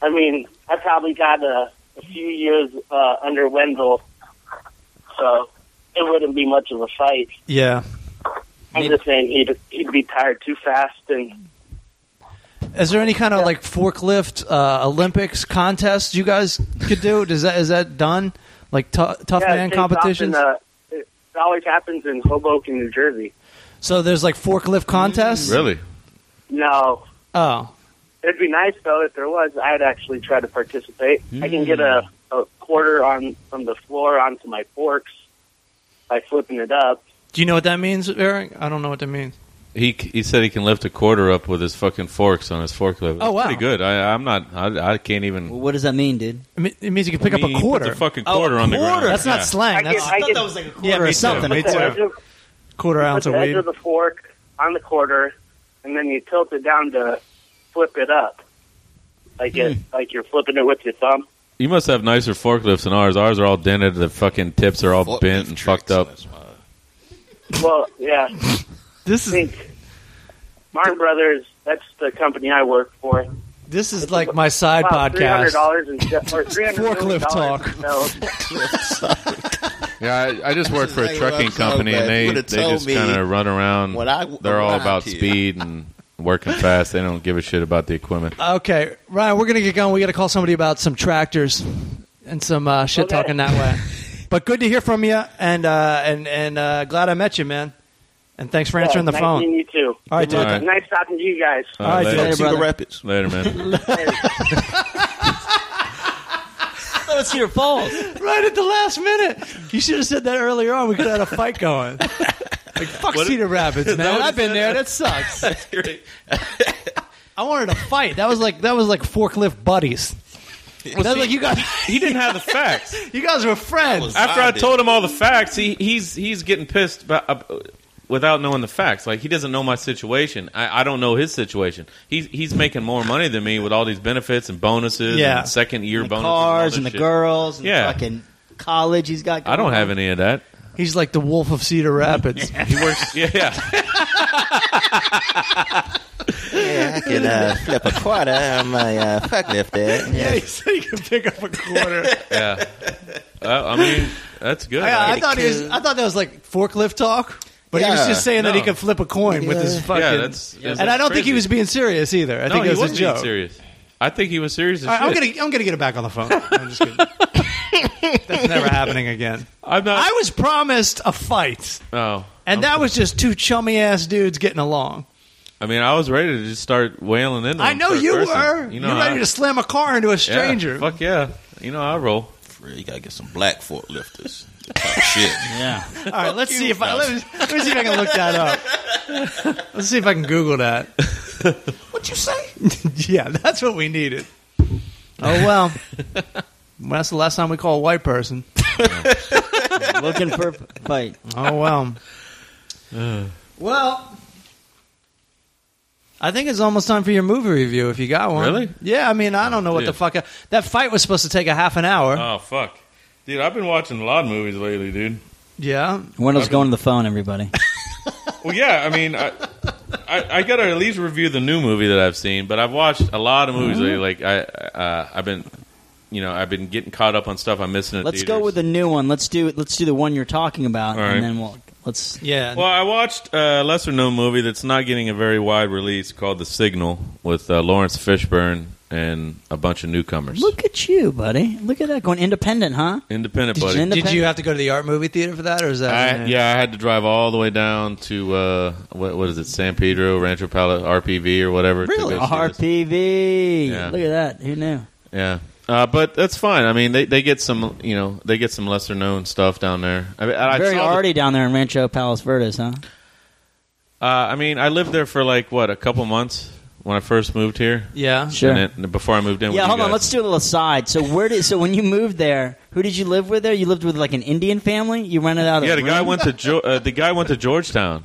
Speaker 6: I mean, I probably got a, a few years uh, under Wendell, so it wouldn't be much of a fight.
Speaker 1: Yeah,
Speaker 6: I'm just saying he'd he'd be tired too fast, and
Speaker 1: Is there any kind of like forklift uh, Olympics contest you guys could do? Does that is that done? Like tou- tough
Speaker 6: yeah,
Speaker 1: man
Speaker 6: it takes off
Speaker 1: competitions.
Speaker 6: In, uh, it always happens in Hoboken, New Jersey.
Speaker 1: so there's like forklift contests.
Speaker 2: Mm-hmm. really?
Speaker 6: No,
Speaker 1: Oh,
Speaker 6: it'd be nice though if there was. I'd actually try to participate. I can get a, a quarter on from the floor onto my forks by flipping it up.
Speaker 1: do you know what that means, Eric? I don't know what that means.
Speaker 2: He he said he can lift a quarter up with his fucking forks on his forklift.
Speaker 1: Oh, wow.
Speaker 2: pretty good. I, I'm not. I, I can't even
Speaker 5: Well, what does that mean, dude?
Speaker 1: It me- It means you can pick
Speaker 2: I
Speaker 1: up
Speaker 2: mean,
Speaker 1: a
Speaker 2: he puts
Speaker 1: quarter.
Speaker 2: a fucking quarter on the ground.
Speaker 1: That's not
Speaker 2: Yeah.
Speaker 1: slang.
Speaker 6: I
Speaker 1: That's
Speaker 6: get- I get-
Speaker 5: like a quarter
Speaker 1: yeah, me
Speaker 5: or
Speaker 1: too.
Speaker 5: something.
Speaker 1: Me
Speaker 6: put the
Speaker 1: too.
Speaker 6: edge of-
Speaker 1: quarter
Speaker 6: put
Speaker 1: ounce
Speaker 6: the
Speaker 1: of
Speaker 6: edge
Speaker 1: weed.
Speaker 6: of the fork on the quarter, and then you tilt it down to flip it up, like
Speaker 1: Hmm.
Speaker 6: it, like you're flipping it with your thumb.
Speaker 2: You must have nicer forklifts than ours. Ours are all dented. The fucking tips are all
Speaker 3: Forklift
Speaker 2: bent and
Speaker 3: tricks,
Speaker 2: fucked up.
Speaker 3: that's why.
Speaker 6: Well, yeah, I
Speaker 1: This is
Speaker 6: think Martin Brothers. That's the company I work for.
Speaker 1: this is like my side
Speaker 6: Three hundred
Speaker 1: podcast.
Speaker 6: dollars in se- or three hundred
Speaker 1: Forklift talk.
Speaker 2: Yeah, I, I just work for a
Speaker 3: Hey,
Speaker 2: trucking
Speaker 3: Rob, so
Speaker 2: company,
Speaker 3: bad.
Speaker 2: and they,
Speaker 3: You
Speaker 2: they
Speaker 3: would've told
Speaker 2: just
Speaker 3: me
Speaker 2: kind of run around.
Speaker 3: when I-
Speaker 2: They're all
Speaker 3: when I
Speaker 2: about
Speaker 3: kid.
Speaker 2: speed and working fast. They don't give a shit about the equipment.
Speaker 1: Okay, Ryan, we're gonna get going. We got to call somebody about some tractors and some uh, shit
Speaker 6: Okay.
Speaker 1: talking that way. but good to hear from you, and uh, and and uh, glad I met you, man. And thanks for answering the
Speaker 6: nice
Speaker 1: phone.
Speaker 6: meeting you too.
Speaker 1: All right, dude.
Speaker 2: All right.
Speaker 6: Nice talking to you guys.
Speaker 2: All right,
Speaker 1: All right,
Speaker 2: later,
Speaker 5: dude. brother.
Speaker 3: Cedar Rapids.
Speaker 2: later, man.
Speaker 5: Oh, it's your fault.
Speaker 1: Right at the last minute. You should have said that earlier on. We could have had a fight going. Like fuck
Speaker 2: What-
Speaker 1: Cedar Rapids, man.
Speaker 2: what
Speaker 1: I've
Speaker 2: he
Speaker 1: been
Speaker 2: said?
Speaker 1: there. That sucks. I wanted a fight. That was like that was like forklift buddies. That's like you guys.
Speaker 2: he didn't have the facts.
Speaker 1: You guys were friends.
Speaker 3: That was-
Speaker 2: After I
Speaker 3: Bonded.
Speaker 2: told him all the facts, he, he's he's getting pissed about, uh, without knowing the facts. Like he doesn't know my situation. I, I don't know his situation. He's he's making more money than me with all these benefits and bonuses
Speaker 1: Yeah.
Speaker 2: and second year
Speaker 5: The
Speaker 2: bonuses.
Speaker 5: cars and the
Speaker 2: girl.
Speaker 5: girls and
Speaker 2: Yeah.
Speaker 5: the fucking college he's got. Going
Speaker 2: I don't have
Speaker 5: on.
Speaker 2: any of that.
Speaker 1: He's like the wolf of Cedar Rapids.
Speaker 2: He works. Yeah, yeah.
Speaker 3: Yeah, I can uh, flip a quarter on my uh, forklift there.
Speaker 1: yeah, he said he could pick up a quarter.
Speaker 2: yeah. Uh, I mean, that's good.
Speaker 1: I, I
Speaker 2: I-
Speaker 1: thought he was, I thought that was like forklift talk, but he was
Speaker 3: Yeah,
Speaker 1: just saying that he
Speaker 2: no.
Speaker 1: could flip a coin with his fucking.
Speaker 2: yeah, that's, that's
Speaker 1: and I don't think
Speaker 2: crazy.
Speaker 1: he was being serious either. I
Speaker 2: No,
Speaker 1: think
Speaker 2: he
Speaker 1: it was a
Speaker 2: wasn't
Speaker 1: joke.
Speaker 2: being serious. I think he was serious. As
Speaker 1: All right, I'm
Speaker 2: shit.
Speaker 1: gonna I'm gonna get it back on the phone. I'm just kidding. That's never happening again.
Speaker 2: I'm not.
Speaker 1: I was promised a fight,
Speaker 2: oh,
Speaker 1: and
Speaker 2: I'm-
Speaker 1: that was just two chummy ass dudes getting along.
Speaker 2: I mean, I was ready to just start wailing into.
Speaker 1: I
Speaker 2: him
Speaker 1: know
Speaker 2: for a
Speaker 1: you
Speaker 2: person.
Speaker 1: were. You
Speaker 2: You know,
Speaker 1: are ready
Speaker 2: I-
Speaker 1: to slam a car into a
Speaker 2: yeah,
Speaker 1: stranger.
Speaker 2: fuck yeah. You know, I roll.
Speaker 3: You gotta get some black forklifters. Shit.
Speaker 5: Yeah.
Speaker 1: All right, let's see if I let me, let me see if I can look that up. Let's see if I can Google that.
Speaker 3: What you say?
Speaker 1: yeah, that's what we needed.
Speaker 5: Oh well.
Speaker 1: Well, That's the last time we call a white person.
Speaker 5: Looking for a fight.
Speaker 1: Oh well. well, I think it's almost time for your movie review if you got one.
Speaker 2: Really?
Speaker 1: Yeah. I mean, I don't know what
Speaker 2: dude.
Speaker 1: the fuck. I, that fight was supposed to take a half an hour.
Speaker 2: Oh fuck, dude! I've been watching a lot of movies lately, dude.
Speaker 1: yeah.
Speaker 5: Wendell's going to the phone, everybody.
Speaker 2: Well, yeah. I mean, I, I, I gotta at least review the new movie that I've seen, but I've watched a lot of movies lately. Like I, uh, I've been, you know, I've been getting caught up on stuff I'm missing. At
Speaker 5: Let's
Speaker 2: theaters.
Speaker 5: go with the new one. Let's do let's do the one you're talking about,
Speaker 2: All right.
Speaker 5: and then we'll let's.
Speaker 1: Yeah.
Speaker 2: Well, I watched a lesser known movie that's not getting a very wide release called The Signal with uh, Lawrence Fishburne and a bunch of newcomers.
Speaker 5: Look at you, buddy. Look at that going independent, huh?
Speaker 2: Independent,
Speaker 5: Did you
Speaker 2: buddy.
Speaker 5: end up-
Speaker 1: Did you have to go to the art movie theater for that, or is that?
Speaker 2: I, yeah, I had to drive all the way down to uh, what, what is it, San Pedro, Rancho Palo, RPV, or whatever. to
Speaker 1: Really?
Speaker 2: go see this.
Speaker 5: RPV.
Speaker 2: Yeah.
Speaker 5: Look at that. Who knew?
Speaker 2: Yeah, uh, but that's fine. I mean, they, they get some, you know, they get some lesser known stuff down there. I, mean, I, I
Speaker 5: Very
Speaker 2: saw the-
Speaker 5: arty down there in Rancho Palos Verdes, huh?
Speaker 2: uh, I mean, I lived there for like what a couple months when I first moved here.
Speaker 1: Yeah.
Speaker 5: Sure.
Speaker 2: And then, before I moved in, with
Speaker 5: yeah,
Speaker 2: you
Speaker 5: hold on.
Speaker 2: guys.
Speaker 5: Let's do a little aside. So where did so when you moved there, who did you live with there? You lived with like an Indian family. You rented out. a
Speaker 2: Yeah, the guy
Speaker 5: room?
Speaker 2: went to Geo- uh, the guy went to Georgetown.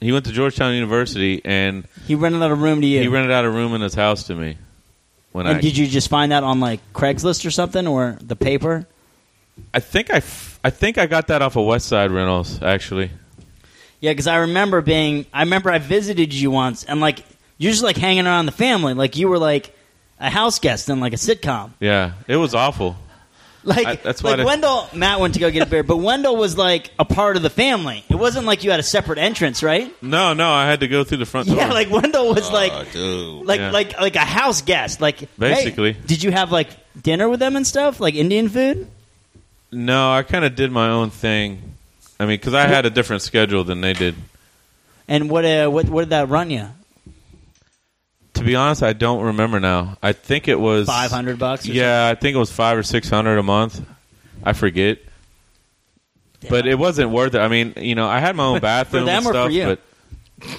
Speaker 2: He went to Georgetown University, and
Speaker 5: He rented out a room to you.
Speaker 2: he rented out a room in his house to me. When
Speaker 5: and
Speaker 2: I,
Speaker 5: did you just find that on like Craigslist or something or the paper?
Speaker 2: I think I, f- I think I got that off of West Side Rentals actually.
Speaker 5: Yeah, because I remember being. I remember I visited you once, and like you're just like hanging around the family, like you were like a house guest in like a sitcom.
Speaker 2: Yeah, it was awful.
Speaker 5: Like
Speaker 2: I- that's why
Speaker 5: like
Speaker 2: I-
Speaker 5: Wendell Matt went to go get a beer, but Wendell was like a part of the family. It wasn't like you had a separate entrance, right?
Speaker 2: No, no, I had to go through the front door.
Speaker 5: Yeah, like Wendell was like
Speaker 3: oh, dude.
Speaker 5: like
Speaker 2: Uh, Yeah.
Speaker 5: like like a house guest. Like hey,
Speaker 2: Basically.
Speaker 5: did you have like dinner with them and stuff, like Indian food?
Speaker 2: no, I kind of did my own thing. I mean, because I had a different schedule than they did.
Speaker 5: And what uh, what what did that run you?
Speaker 2: To be honest, I don't remember now. I think it was
Speaker 5: Five hundred bucks? Or
Speaker 2: Yeah, I think it was five or six hundred a month. I forget. But it wasn't worth it. I mean, you know, I had my own bathroom and
Speaker 5: them or for
Speaker 2: stuff,
Speaker 5: you?
Speaker 2: but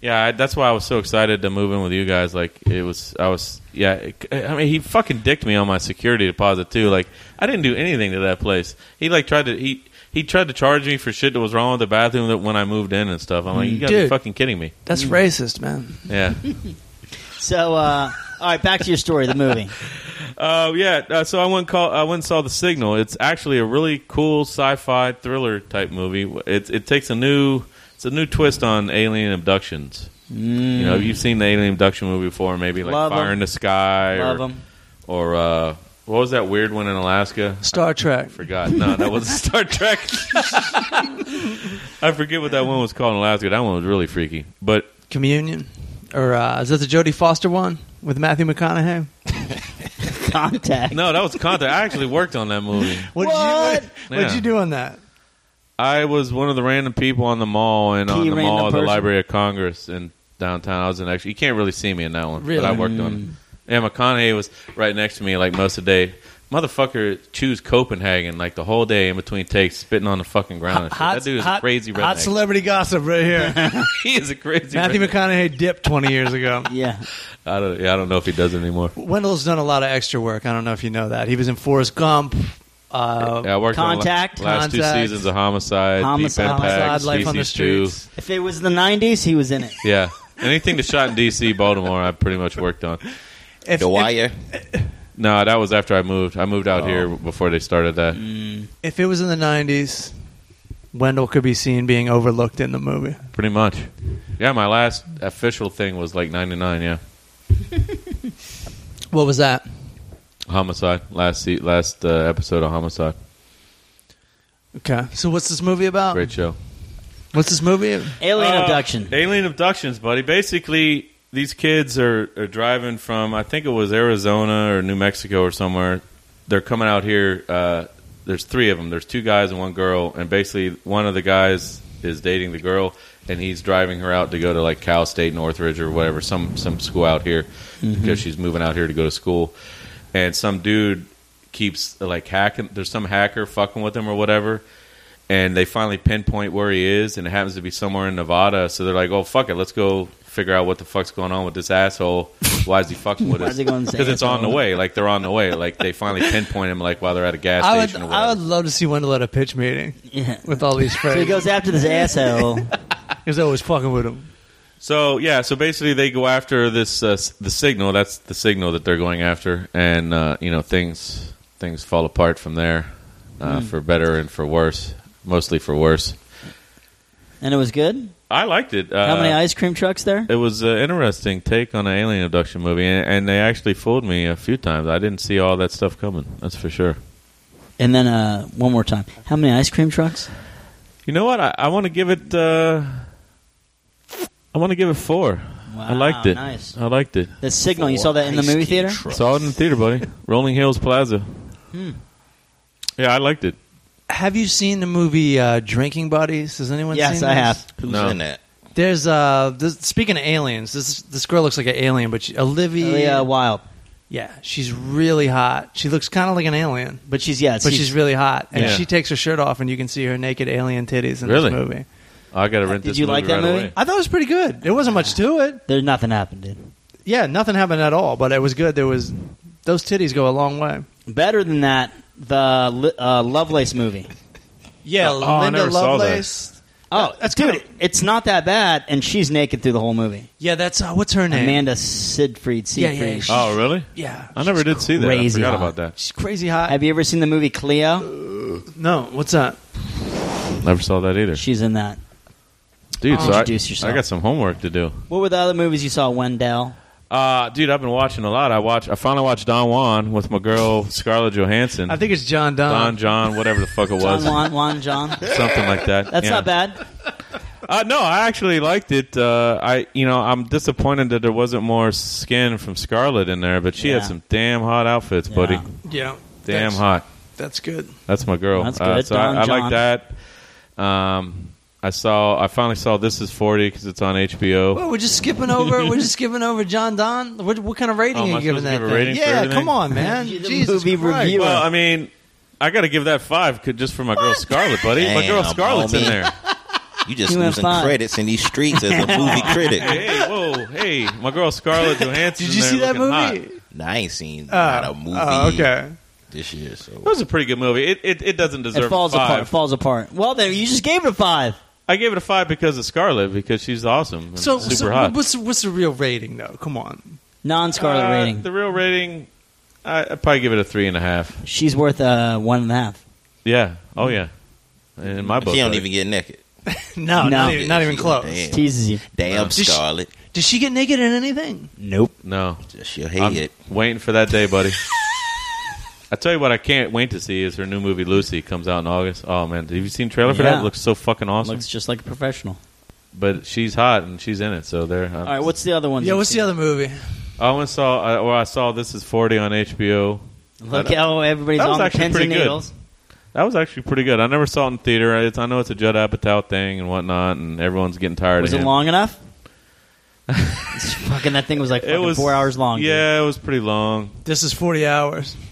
Speaker 2: yeah, I, that's why I was so excited to move in with you guys. Like it was, I was, yeah. It, I mean, he fucking dicked me on my security deposit too. Like I didn't do anything to that place. He like tried to he he tried to charge me for shit that was wrong with the bathroom that when I moved in and stuff. I'm like,
Speaker 5: Mm.
Speaker 2: you gotta be
Speaker 1: Dude.
Speaker 2: fucking kidding me.
Speaker 1: That's racist, man.
Speaker 2: Yeah.
Speaker 5: something? So uh, all right, back to your story, the movie.
Speaker 2: Uh, yeah. Uh, so I went call. I went and saw the signal. It's actually a really cool sci-fi thriller type movie. It it takes a new it's a new twist on alien abductions. You know, you've seen the alien abduction movie before, maybe like
Speaker 5: Love
Speaker 2: Fire
Speaker 5: 'em.
Speaker 2: in the Sky,
Speaker 5: Love
Speaker 2: or
Speaker 5: 'em.
Speaker 2: or uh, what was that weird one in Alaska?
Speaker 1: Star Trek.
Speaker 2: Forgot. No, that wasn't Star Trek. I forget what that one was called in Alaska. That one was really freaky. But
Speaker 1: Communion. Or uh, is that the Jodie Foster one with Matthew McConaughey?
Speaker 5: Contact.
Speaker 2: no, that was contact. I actually worked on that movie.
Speaker 1: What, did you, what
Speaker 2: Yeah.
Speaker 1: did you do on that?
Speaker 2: I was one of the random people on the mall and
Speaker 5: Key
Speaker 2: on the
Speaker 5: random
Speaker 2: mall at the
Speaker 5: person.
Speaker 2: Library of Congress in downtown. I was in actually you can't really see me in that one,
Speaker 1: Really? Hmm.
Speaker 2: but I worked on it. Yeah, McConaughey was right next to me like most of the day. Motherfucker choose Copenhagen like the whole day in between takes, spitting on the fucking ground. And shit. that dude is a crazy
Speaker 1: hot
Speaker 2: redneck.
Speaker 1: celebrity gossip right here.
Speaker 2: he is a crazy.
Speaker 1: Matthew
Speaker 2: redneck.
Speaker 1: McConaughey dipped 20 years ago.
Speaker 5: Yeah.
Speaker 2: I don't. Yeah, I don't know if he does it anymore.
Speaker 1: Wendell's done a lot of extra work. I don't know if you know that. He was in Forrest Gump. Uh,
Speaker 2: Yeah, I worked on the la-
Speaker 5: Contact,
Speaker 2: last two
Speaker 1: Contact.
Speaker 2: seasons of Homicide,
Speaker 5: Homicide.
Speaker 2: Deep Impact,
Speaker 1: Homicide, Life on the
Speaker 2: Species 2.
Speaker 1: Streets.
Speaker 5: If it was the '90s, he was in it.
Speaker 2: Yeah, anything that shot in D.C., Baltimore, I pretty much worked on.
Speaker 1: If-
Speaker 3: The
Speaker 1: if,
Speaker 3: Wire.
Speaker 2: No, that was after I moved. I moved out here before they started that.
Speaker 1: if it was in the 90s, Wendell could be seen being overlooked in the movie.
Speaker 2: Pretty much. Yeah, my last official thing was like 99, yeah.
Speaker 1: What was that?
Speaker 2: Homicide. Last se- last uh, episode of Homicide.
Speaker 1: Okay. So what's this movie about?
Speaker 2: Great show.
Speaker 1: What's this movie?
Speaker 5: Oh. Alien
Speaker 2: Oh.
Speaker 5: abduction.
Speaker 2: Uh, Alien abductions, buddy. Basically, these kids are, are driving from, I think it was Arizona or New Mexico or somewhere. They're coming out here. Uh, there's three of them. There's two guys and one girl. And basically, one of the guys is dating the girl, and he's driving her out to go to like Cal State Northridge or whatever, some,
Speaker 5: Mm-hmm.
Speaker 2: some school out here because she's moving out here to go to school. And some dude keeps like hacking. There's some hacker fucking with him or whatever, and they finally pinpoint where he is, and it happens to be somewhere in Nevada. So they're like, "Oh fuck it, let's go figure out what the fuck's going on with this asshole. Why is he fucking with
Speaker 5: Why
Speaker 2: us?
Speaker 5: is he going to say
Speaker 2: Because it's on the
Speaker 5: asshole?
Speaker 2: way. Like they're on the way. Like they finally pinpoint him like while they're at a gas
Speaker 1: I would,
Speaker 2: station or
Speaker 1: I
Speaker 2: whatever.
Speaker 1: would love to see Wendell at a pitch meeting
Speaker 5: Yeah.
Speaker 1: with all these
Speaker 5: So
Speaker 1: friends.
Speaker 5: he goes after this asshole.
Speaker 1: He's always fucking with him.
Speaker 2: So yeah, so basically they go after this uh, s- the signal. That's the signal that they're going after, and uh, you know things things fall apart from there, uh,
Speaker 5: Hmm.
Speaker 2: for better and for worse, mostly for worse.
Speaker 5: And it was good?
Speaker 2: I liked it. Uh,
Speaker 5: How many ice cream trucks there?
Speaker 2: It was an interesting take on an alien abduction movie, and, and they actually fooled me a few times. I didn't see all that stuff coming. That's for sure.
Speaker 5: And then uh, one more time. How many ice cream trucks?
Speaker 2: You know what? I, I want to give it. Uh, I want to give it four. I liked it.
Speaker 5: Ah, Nice.
Speaker 2: I liked it.
Speaker 5: The signal, you saw that in the movie theater?
Speaker 2: Saw it in the theater, buddy. Rolling Hills Plaza. Hmm. Yeah, I liked it.
Speaker 1: Have you seen the movie uh, Drinking Buddies? Has anyone
Speaker 5: Yes,
Speaker 1: seen
Speaker 5: I
Speaker 1: this?
Speaker 5: have.
Speaker 3: Who's
Speaker 2: No.
Speaker 3: in that?
Speaker 1: There's uh, this, speaking of aliens, this this girl looks like an alien, but she, Olivia,
Speaker 5: Leah Wild.
Speaker 1: yeah, she's really hot. She looks kind of like an alien,
Speaker 5: But she's, yeah,
Speaker 1: but she's really hot, and
Speaker 2: Yeah.
Speaker 1: she takes her shirt off, and you can see her naked alien titties in
Speaker 2: Really?
Speaker 1: this movie.
Speaker 2: I gotta rent
Speaker 5: Did
Speaker 2: this
Speaker 5: you
Speaker 2: movie
Speaker 5: like that
Speaker 2: right
Speaker 5: movie?
Speaker 2: away.
Speaker 1: I thought it was pretty good. There wasn't much to it.
Speaker 5: there's nothing happened, dude.
Speaker 1: Yeah, nothing happened at all, but it was good. There was those titties go a long way.
Speaker 5: Better than that, the Li- uh, Lovelace movie.
Speaker 1: Yeah,
Speaker 2: Oh, I
Speaker 1: Linda
Speaker 2: never saw that.
Speaker 1: Lovelace.
Speaker 5: Oh,
Speaker 1: that's
Speaker 5: dude,
Speaker 1: kinda-
Speaker 5: it's not that bad, and she's naked through the whole movie.
Speaker 1: Yeah, that's uh, what's her name?
Speaker 5: Amanda Siegfried.
Speaker 1: Yeah,
Speaker 5: Siegfried.
Speaker 1: yeah, she's-
Speaker 2: Oh, really?
Speaker 1: Yeah,
Speaker 2: I never did see that. I
Speaker 5: crazy
Speaker 2: forgot
Speaker 5: hot.
Speaker 2: about that.
Speaker 1: she's crazy hot.
Speaker 5: Have you ever seen the movie Cleo?
Speaker 1: no, what's that?
Speaker 2: Never saw that either,
Speaker 5: She's in that.
Speaker 2: dude. So I,
Speaker 5: Oh, Introduce yourself.
Speaker 2: I got some homework to do.
Speaker 5: What were the other movies you saw? Wendell.
Speaker 2: Uh, dude, I've been watching a lot. I watch. I finally watched Don Juan with my girl Scarlett Johansson.
Speaker 1: I think it's John
Speaker 2: Don
Speaker 1: Don.
Speaker 2: John, whatever the fuck it
Speaker 5: John
Speaker 2: was,
Speaker 5: uh, Juan, Juan John.
Speaker 2: something like that.
Speaker 5: That's
Speaker 2: Yeah.
Speaker 5: not bad.
Speaker 2: Uh, no, I actually liked it. Uh, I, you know, I'm disappointed that there wasn't more skin from Scarlett in there, but she had
Speaker 5: Yeah.
Speaker 2: some damn hot outfits,
Speaker 5: Yeah.
Speaker 2: buddy.
Speaker 1: Yeah,
Speaker 2: Damn
Speaker 1: that's,
Speaker 2: hot.
Speaker 1: That's good.
Speaker 2: That's my girl.
Speaker 5: That's
Speaker 2: Uh,
Speaker 5: good.
Speaker 2: so I,
Speaker 5: Don
Speaker 2: I
Speaker 5: John.
Speaker 2: like that. Um, I saw. I finally saw This Is 40 because it's on HBO.
Speaker 1: Well, we're just skipping over. we're just skipping over John Don. What, what kind of rating
Speaker 2: Oh, am
Speaker 1: are
Speaker 2: I
Speaker 1: you giving
Speaker 2: supposed to
Speaker 1: that?
Speaker 2: give a
Speaker 1: thing?
Speaker 2: rating for
Speaker 1: yeah,
Speaker 2: everything?
Speaker 1: come on, man.
Speaker 5: You're the
Speaker 1: Jesus
Speaker 5: movie
Speaker 1: Christ.
Speaker 5: reviewer.
Speaker 2: Well, I mean, I got to give that five could- just for my girl Scarlett, buddy. my girl
Speaker 3: Damn,
Speaker 2: Scarlett's in
Speaker 3: homie.
Speaker 2: there.
Speaker 3: You just
Speaker 5: You went
Speaker 3: losing
Speaker 5: five.
Speaker 3: credits in these streets as a movie critic.
Speaker 2: Hey, whoa, hey, my girl Scarlett Johansson.
Speaker 1: Did you see that movie?
Speaker 3: Nah, I ain't seen
Speaker 1: Oh,
Speaker 3: not a movie
Speaker 1: oh, okay.
Speaker 3: this year. So
Speaker 2: That was a pretty good movie. It it, it doesn't deserve
Speaker 5: It falls
Speaker 2: a five.
Speaker 5: apart. It falls apart. Well, then you just gave it a five.
Speaker 2: I gave it a five because of Scarlett because she's awesome. And
Speaker 1: So,
Speaker 2: super
Speaker 1: so
Speaker 2: hot.
Speaker 1: what's what's the real rating though? Come on.
Speaker 5: Non-Scarlet
Speaker 2: Uh,
Speaker 5: rating.
Speaker 2: The real rating, I, I'd probably give it a three and a half.
Speaker 5: She's worth uh, one and a half.
Speaker 2: Yeah. Oh yeah. In my book,
Speaker 3: she don't
Speaker 2: buddy.
Speaker 3: even get naked.
Speaker 1: No,
Speaker 5: No.
Speaker 1: not even, not even
Speaker 3: She-
Speaker 1: close.
Speaker 3: Damn,
Speaker 5: Teases you.
Speaker 3: damn
Speaker 1: she-
Speaker 3: Scarlett.
Speaker 1: Did she get naked in anything?
Speaker 5: Nope.
Speaker 2: no.
Speaker 3: Just your
Speaker 2: I'm
Speaker 3: head.
Speaker 2: waiting for that day, buddy. I tell you what, I can't wait to see is her new movie Lucy comes out in August. Oh man, have you seen the trailer for that?
Speaker 5: Yeah.
Speaker 2: It looks so fucking awesome.
Speaker 5: Looks just like a professional.
Speaker 2: but she's hot and she's in it, so there. I'm-
Speaker 5: All right, what's the other one?
Speaker 1: Yeah. What's the other movie?
Speaker 2: I only saw, I, well, I saw This Is Forty on HBO.
Speaker 5: Look, oh, everybody's
Speaker 2: That was
Speaker 5: on the
Speaker 2: actually
Speaker 5: pins
Speaker 2: pretty
Speaker 5: and
Speaker 2: good.
Speaker 5: needles.
Speaker 2: That was actually pretty good. I never saw it in theater. It's, I know it's a Judd Apatow thing and whatnot, and everyone's getting tired
Speaker 5: Was
Speaker 2: of
Speaker 5: it
Speaker 2: him.
Speaker 5: long enough? It's fucking that thing was like
Speaker 2: It
Speaker 5: fucking
Speaker 2: was
Speaker 5: four hours long. dude.
Speaker 2: Yeah, it was pretty long.
Speaker 1: This is forty hours.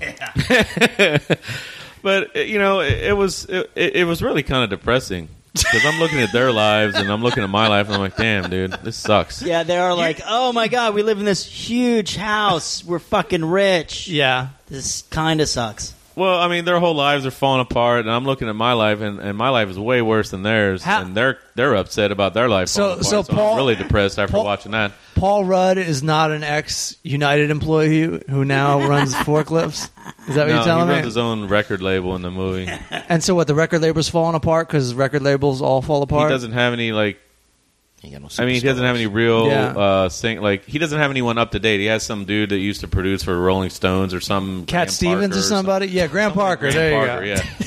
Speaker 2: But uh, you know, it, it was it, it it was really kind of depressing because I'm looking at their lives and I'm looking at my life and I'm like, damn, dude, this sucks.
Speaker 5: Yeah, they are like, oh my god, we live in this huge house. We're fucking rich.
Speaker 1: Yeah.
Speaker 5: This kind of sucks.
Speaker 2: Well, I mean, their whole lives are falling apart, and I'm looking at my life, and, and my life is way worse than theirs,
Speaker 1: How-
Speaker 2: and they're they're upset about their life.
Speaker 1: So-
Speaker 2: falling apart,
Speaker 1: so
Speaker 2: I'm
Speaker 1: Paul-
Speaker 2: really depressed after
Speaker 1: Paul-
Speaker 2: watching that.
Speaker 1: Paul Rudd is not an ex United employee who- who now runs forklifts. Is that what
Speaker 2: No,
Speaker 1: you're
Speaker 2: he
Speaker 1: telling
Speaker 2: runs
Speaker 1: me?
Speaker 2: his own record label in the movie. he
Speaker 1: And so what? The record label's falling apart because record labels all fall apart.
Speaker 2: doesn't have any like.
Speaker 3: Ain't got no
Speaker 2: I mean, he doesn't have any real
Speaker 1: Yeah.
Speaker 2: uh, sing. Like he doesn't have anyone up to date. He has some dude that used to produce for Rolling Stones or some Graham
Speaker 1: Cat Stevens
Speaker 2: Parker
Speaker 1: or somebody? Yeah, Graham Parker.
Speaker 2: Graham
Speaker 1: there you
Speaker 2: Parker,
Speaker 1: go.
Speaker 2: Yeah,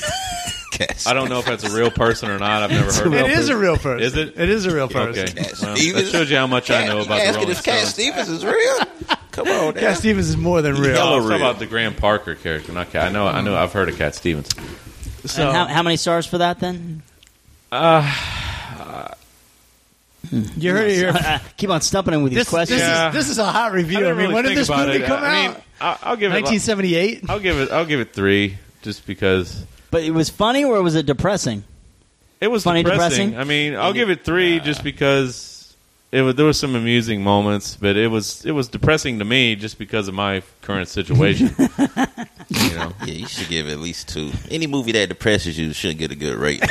Speaker 3: superstars.
Speaker 2: I don't know if that's a real person or not. I've never heard. of
Speaker 1: It is a real person.
Speaker 2: Is it?
Speaker 1: It is a real person.
Speaker 2: Okay,
Speaker 3: Cat
Speaker 2: well, that
Speaker 3: Stevens?
Speaker 2: shows you how much I know
Speaker 3: You
Speaker 2: about the
Speaker 3: asking
Speaker 2: Rolling
Speaker 3: if Cat
Speaker 2: Stones.
Speaker 3: Stevens is real? Come on,
Speaker 1: Cat
Speaker 3: now.
Speaker 1: Stevens is more than real.
Speaker 2: No,
Speaker 3: Yellow
Speaker 2: I'm talking
Speaker 3: Reel.
Speaker 2: about the Graham Parker character, not Cat. I know, I know, I've heard of Cat Stevens.
Speaker 1: So
Speaker 5: And how, how many stars for that then?
Speaker 1: You heard it here.
Speaker 5: Keep on stumping him with these
Speaker 1: This, this,
Speaker 5: questions.
Speaker 2: Yeah.
Speaker 1: is, this is a hot review. I, mean,
Speaker 2: really
Speaker 1: when did
Speaker 2: think
Speaker 1: this
Speaker 2: about
Speaker 1: movie
Speaker 2: it.
Speaker 1: come
Speaker 2: I
Speaker 1: out?
Speaker 2: mean, I- I'll give it.
Speaker 1: 1978.
Speaker 2: I'll give it. I'll give it three, just because
Speaker 5: But it was funny or was it depressing?
Speaker 2: it was
Speaker 5: Funny, depressing?
Speaker 2: I mean, I'll give it three, just because it was, there were some amusing moments, but it was it was depressing to me just because of my current situation. you know,
Speaker 3: Yeah, you should give it at least two. Any movie that depresses you should get a good rating.